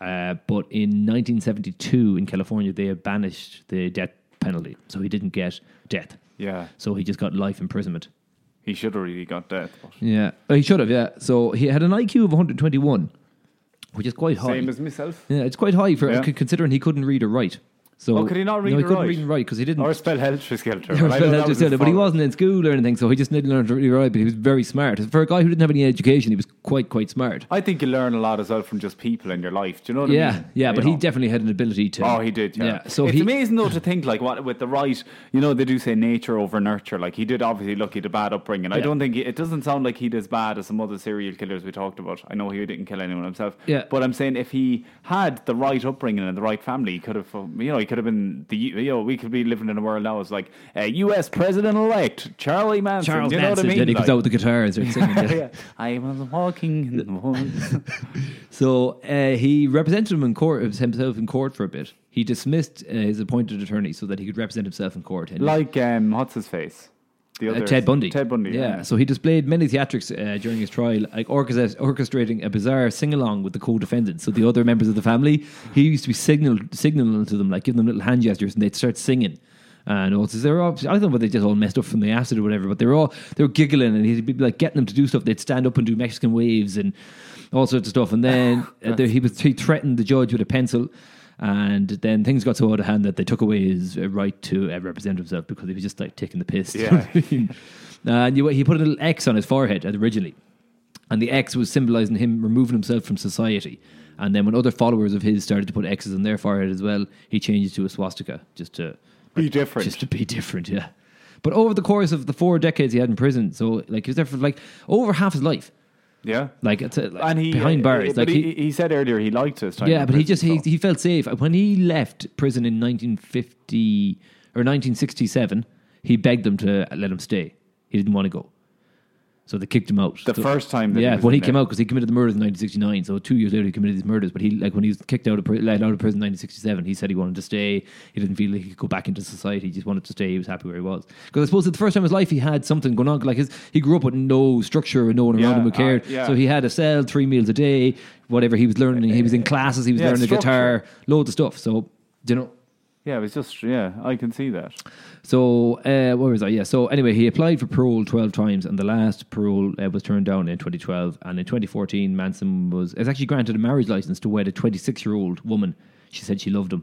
Uh, but in 1972 in California, they banished the death penalty, so he didn't get death.
Yeah,
So he just got life imprisonment.
he should have really got death. But
Yeah, Oh, he should have. Yeah, so he had an IQ of 121, which is quite high.
same as myself.
yeah, it's quite high for
Yeah.
c- considering he couldn't read or write. So
Oh, could he not read
no, he
or
couldn't
write?
read and write because he didn't.
Or spell Helter Skelter.
Or
I
spell
know that
that
was
just
his
it, but he
father.
wasn't in school or anything, so he just didn't learn to read or write. But he was very smart for a guy who didn't have any education. He was quite quite smart.
I think you learn a lot as well from just people in your life. Do you know what I
Yeah,
mean?
yeah,
You
but
know?
he definitely had an ability to.
Oh, he did. Yeah.
so
it's
he
amazing though to think like what with the right. You know, they do say nature over nurture. Like he did obviously look at a bad upbringing. I
Yeah.
don't think he, it doesn't sound like he'd as bad as some other serial killers we talked about. I know he didn't kill anyone himself.
Yeah.
But I'm saying if he had the right upbringing and the right family, he could have. um, You know, he could have been the. You know, we could be living in a world now. It's like uh, U.S. president elect Charlie Manson.
Charles
Do you know
Manson.
what I mean?
Then he comes
Like-
out with the guitar and starts singing. yeah.
yeah. I was walking in the woods.
So uh, he represented him in court, himself in court for a bit. He dismissed uh, his appointed attorney so that he could represent himself in court. And
like um, what's his face? The
Uh,
other
Ted Bundy.
Ted Bundy.
Yeah. So he displayed many theatrics uh, during his trial, like orchestra- orchestrating a bizarre sing-along with the co-defendants. So the other members of the family, he used to be signal signaling to them, like giving them little hand gestures, and they'd start singing. And also, they were all, I don't know whether they just all messed up from the acid or whatever, but they were all they were giggling, and he'd be like getting them to do stuff. They'd stand up and do Mexican waves and all sorts of stuff. And then uh, there, he was he threatened the judge with a pencil. And then things got so out of hand that they took away his uh, right to uh, represent himself because he was just like taking the piss. You
Yeah.
know what I mean? Uh, and you, he put a little X on his forehead uh, originally, and the X was symbolizing him removing himself from society. And then when other followers of his started to put X's on their forehead as well, he changed it to a swastika just to
Be different.
just to be different. Yeah. But over the course of the four decades he had in prison, so like he was there for like over half his life,
yeah.
like, it's, uh, like
and he
behind bars. like
But he, he said earlier he liked his time.
yeah,
in
but he
prison,
just he,
so.
he felt safe when he left prison in 1950 or 1967. He begged them to let him stay. He didn't want to go, so they kicked him out.
The
So-
first time that he
yeah,
was
when he
in
came
there.
out because he committed the murders in 1969. So two years later, he committed these murders. But he like when he was kicked out of pri- let out of prison in 1967, he said he wanted to stay. He didn't feel like he could go back into society. He just wanted to stay. He was happy where he was because I suppose at the first time in his life he had something going on. Like his he grew up with no structure and no one around
Yeah,
him who
uh,
cared.
yeah.
So he had a cell, three meals a day, whatever he was learning. He was in classes. He was
Eh, Yeah,
learning the
structure.
guitar, loads of stuff. So you know,
Yeah, it was just yeah. I can see that.
So uh, where was I? Yeah. So anyway, he applied for parole twelve times, and the last parole uh, was turned down in 2012. And in 2014, Manson was is actually granted a marriage license to wed a 26 year old woman. She said she loved him,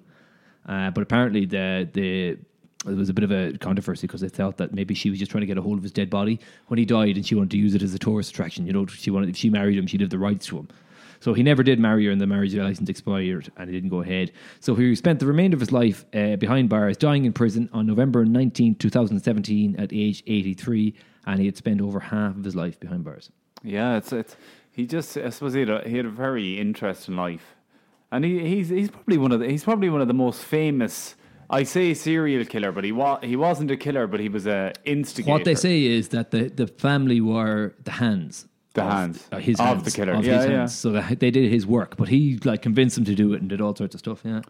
uh, but apparently the the there was a bit of a controversy because they thought that maybe she was just trying to get a hold of his dead body when he died, and she wanted to use it as a tourist attraction. You know, she wanted if she married him, she'd have the rights to him. So he never did marry her, and the marriage license expired, and he didn't go ahead. So he spent the remainder of his life uh, behind bars, dying in prison on November 19, 2017, at age 83, and he had spent over half of his life behind bars.
Yeah, it's it's. He just I suppose he had a, he had a very interesting life, and he he's he's probably one of the he's probably one of the most famous. I say serial killer, but he wa- he wasn't a killer, but he was a instigator.
What they say is that the, the family were the hands.
The
of-
hands.
uh, his
Of
hands,
the killer.
of
Yeah,
his
yeah.
hands. So that they did his work, but he like convinced them to do it and did all sorts of stuff. Yeah,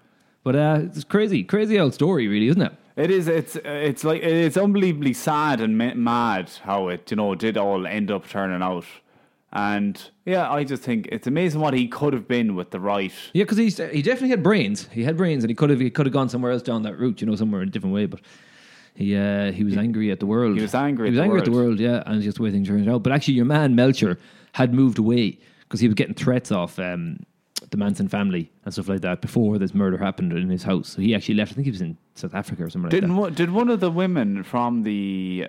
but uh, it's crazy, crazy old story, really, isn't it?
It is. It's. It's like it's unbelievably sad and ma- mad how it you know did all end up turning out, and yeah, I just think it's amazing what he could have been with the right.
Yeah, because he he definitely had brains. He had brains, and he could have he could have gone somewhere else down that route, you know, somewhere in a different way. But he uh, he was angry at the world.
he was
He
angry at
was
the
angry at the
world.
world. Yeah, and just the way things turned out. But actually, your man Melcher had moved away because he was getting threats off um, the Manson family and stuff like that before this murder happened in his house. So he actually left. I think he was in South Africa or somewhere
Didn't
like
one, did one of the women from the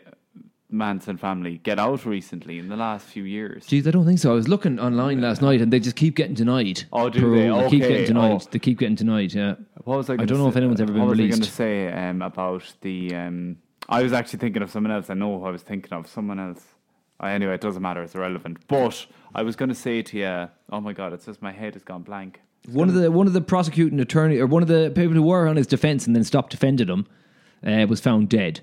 Manson family get out recently in the last few years?
that. Jeez, I don't think so. I was looking online last night, and they just keep getting denied.
Oh, do they?
Parole. keep
Okay.
getting denied.
Oh.
They keep getting denied. Yeah.
What was I?
I
Gonna
don't know
say-
if anyone's ever been
What
released.
was I going to say um, about the? Um, I was actually thinking of someone else. I know who I was thinking of someone else. Uh, anyway, it doesn't matter. It's irrelevant. But I was going to say to you, oh my god, it's just my head has gone blank.
One of the one of the prosecuting attorney or one of the people who were on his defense and then stopped defending him uh, was found dead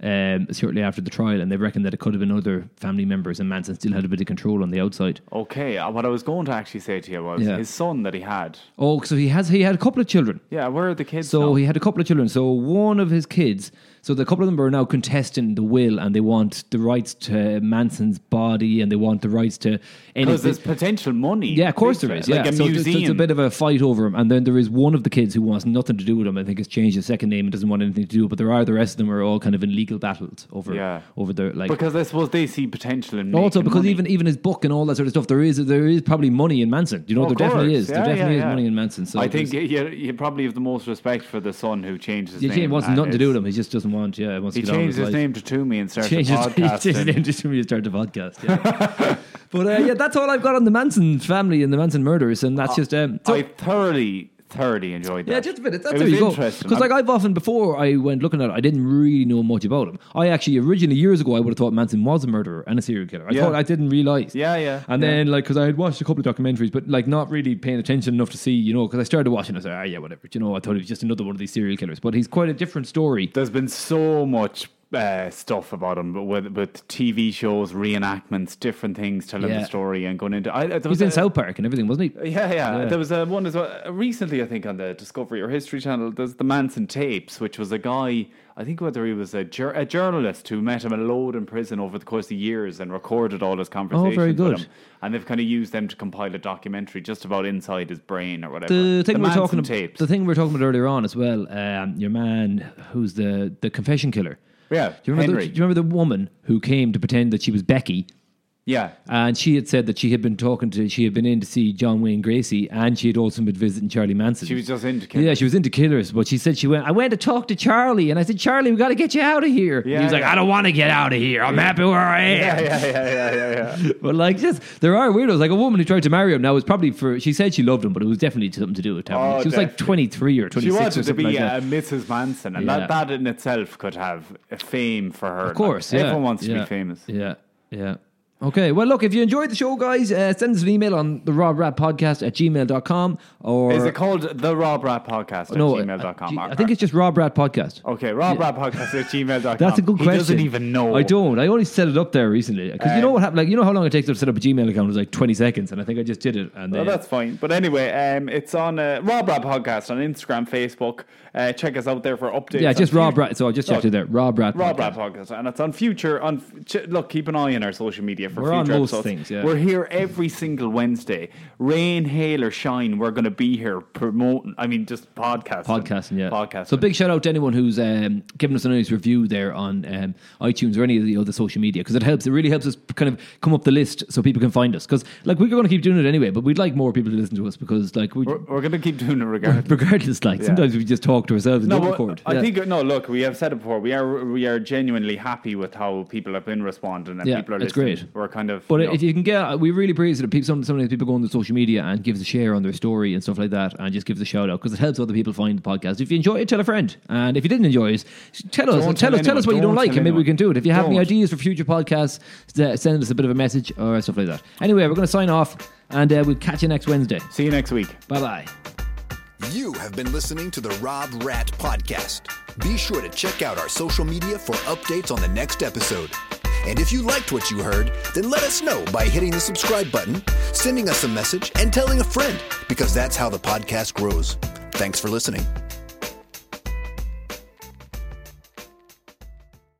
um, shortly after the trial, and they reckon that it could have been other family members, and Manson still had a bit of control on the outside.
Okay, uh, what I was going to actually say to you was
Yeah.
his son that he had.
Oh, so he has he had a couple of children.
Yeah, where are the kids?
So
now?
he had a couple of children. So one of his kids, so the couple of them are now contesting the will, and they want the rights to Manson's body, and they want the rights to
because
anything.
there's potential money.
Yeah, of course there is. Yeah,
like a
so it's-
museum.
It's, a bit of a fight over him, and then there is one of the kids who wants nothing to do with him. I think has changed his second name and doesn't want anything to do. But there are the rest of them are all kind of in legal battles over
Yeah.
over their like.
because I suppose they see potential in
also,
making
because
money.
even even his book and all that sort of stuff, there is there is probably money in Manson. You know,
Of
there definitely
course.
is.
Yeah,
there definitely
yeah,
is
yeah.
money in Manson. So
I
there's-
think you, you probably have the most respect for the son who changed his
he
name.
wants
and
nothing to do with
it's-
him. He just doesn't want. Yeah, he wants
He
to get on with
changed his
life.
name to Toomey and started
Change
a
his,
podcast.
change his
and-
name just for me to start the podcast. Yeah. but uh, yeah, that's all I've got on the Manson family and the Manson murders, and that's just um, so-
Uh, I thoroughly, thoroughly enjoyed that.
Yeah, just a bit. That's
it
how
was
you go.
interesting.
Because like I've often before I went looking at it, I didn't really know much about him. I actually originally years ago I would have thought Manson was a murderer and a serial killer. I
Yeah.
thought I didn't realize.
Yeah, yeah,
And
yeah.
then like because I had watched a couple of documentaries, but like not really paying attention enough to see, you know, because I started watching. I said, ah, yeah, whatever. You know, I thought he was just another one of these serial killers. But he's quite a different story.
There's been so much uh, stuff about him, but with, with TV shows, reenactments, different things telling
Yeah.
the story and going into. I, there
He
was
was in
a-
South Park and everything, wasn't he?
Yeah, yeah, There was uh, one as well uh, recently, I think, on the Discovery or History Channel. There's the Manson tapes, which was a guy, I think, whether he was a, jur- a journalist who met him a load in prison over the course of years and recorded all his conversations
Oh, good.
with him. And they've kind of used them to compile a documentary just about inside his brain or whatever.
The thing we were
Manson
talking about,
tapes.
the thing we were talking about earlier on as well. Um, your man, who's the the confession killer.
yeah,
Do you, remember
Henry.
the, do you remember the woman who came to pretend that she was Becky
yeah,
and she had said that she had been talking to, she had been in to see John Wayne Gracie, and she had also been visiting Charlie Manson.
she was just into
yeah, she was into killers, but she said she went. I went to talk to Charlie, and I said, "Charlie, we got to get you out of here." And he
Yeah,
was like,
yeah.
"I don't want to get out of here. I'm happy where I am."
yeah, yeah, yeah, yeah, yeah.
But like, just there are weirdos. Like a woman who tried to marry him now it was probably for. She said she loved him, but it was definitely something to do with Tammany.
Oh,
she was like
definitely.
twenty three or
She
twenty six or
wanted to
something
be
like
a
that.
Mrs. Manson, and
Yeah.
that, that in itself could have fame for her.
Of course, yeah.
everyone wants to
yeah,
be famous.
Yeah, yeah. Okay, well, look, if you enjoyed the show, guys, uh, send us an email on the Rob Rat Podcast at gmail.com or.
Is it called the Rob Rat Podcast at
no, uh,
gmail.com?
G- I think it's just Rob Rat Podcast.
okay, Rob Rat Podcast at gmail.com.
That's a good
Oh, um, he
question.
doesn't even know.
I don't. I only set it up there recently because you know what happened. Like you know how long it takes to set up a Gmail account It was like twenty seconds, and I think I just did it. And
Well,
then-
that's fine. But anyway, um, it's on uh, Rob Rat Podcast on Instagram, Facebook. Uh, check us out there for updates.
yeah,
on
just Rob
future-
Rat. So I just checked it there. Rob Rat.
Rob
Podcast.
Rat Podcast. And it's on future. On f- ch- Look, keep an eye on our social media media for
We're
future
on most
episodes.
things, yeah.
We're here every single Wednesday. Rain, hail, or shine, we're going to be here promoting. I mean, just podcasting,
podcasting, yeah,
podcasting.
So big shout out to anyone who's um, given us a nice review there on um, iTunes or any of the other social media because it helps. It really helps us kind of come up the list so people can find us because like we're going to keep doing it anyway, but we'd like more people to listen to us because like we.
We're, we're going to keep doing it regardless.
Regardless, like
Yeah.
sometimes we just talk to ourselves and
No,
don't
but
record.
I
Yeah.
think no. Look, we have said it before. We are we are genuinely happy with how people have been responding and
Yeah,
people are
it's
listening.
great.
We're kind of
But
you know,
if you can get, we really praise it. People, some, sometimes people go on the social media and give us a share on their story and stuff like that, and just give us a shout out because it helps other people find the podcast. If you enjoy it, tell a friend, and if you didn't enjoy it, tell us.
Don't
Tell,
tell
us. Tell us what
anyone.
you don't
Don't
like, and
tell
maybe we
anyone.
can do it. If you have any
Don't.
ideas for future podcasts, s- uh, send us a bit of a message or stuff like that. Anyway, we're going to sign off, and uh, we'll catch you next Wednesday.
see you next week.
Bye bye.
You have been listening to the Rob Rat Podcast. Be sure to check out our social media for updates on the next episode. And if you liked what you heard, then let us know by hitting the subscribe button, sending us a message, and telling a friend, because that's how the podcast grows. Thanks for listening.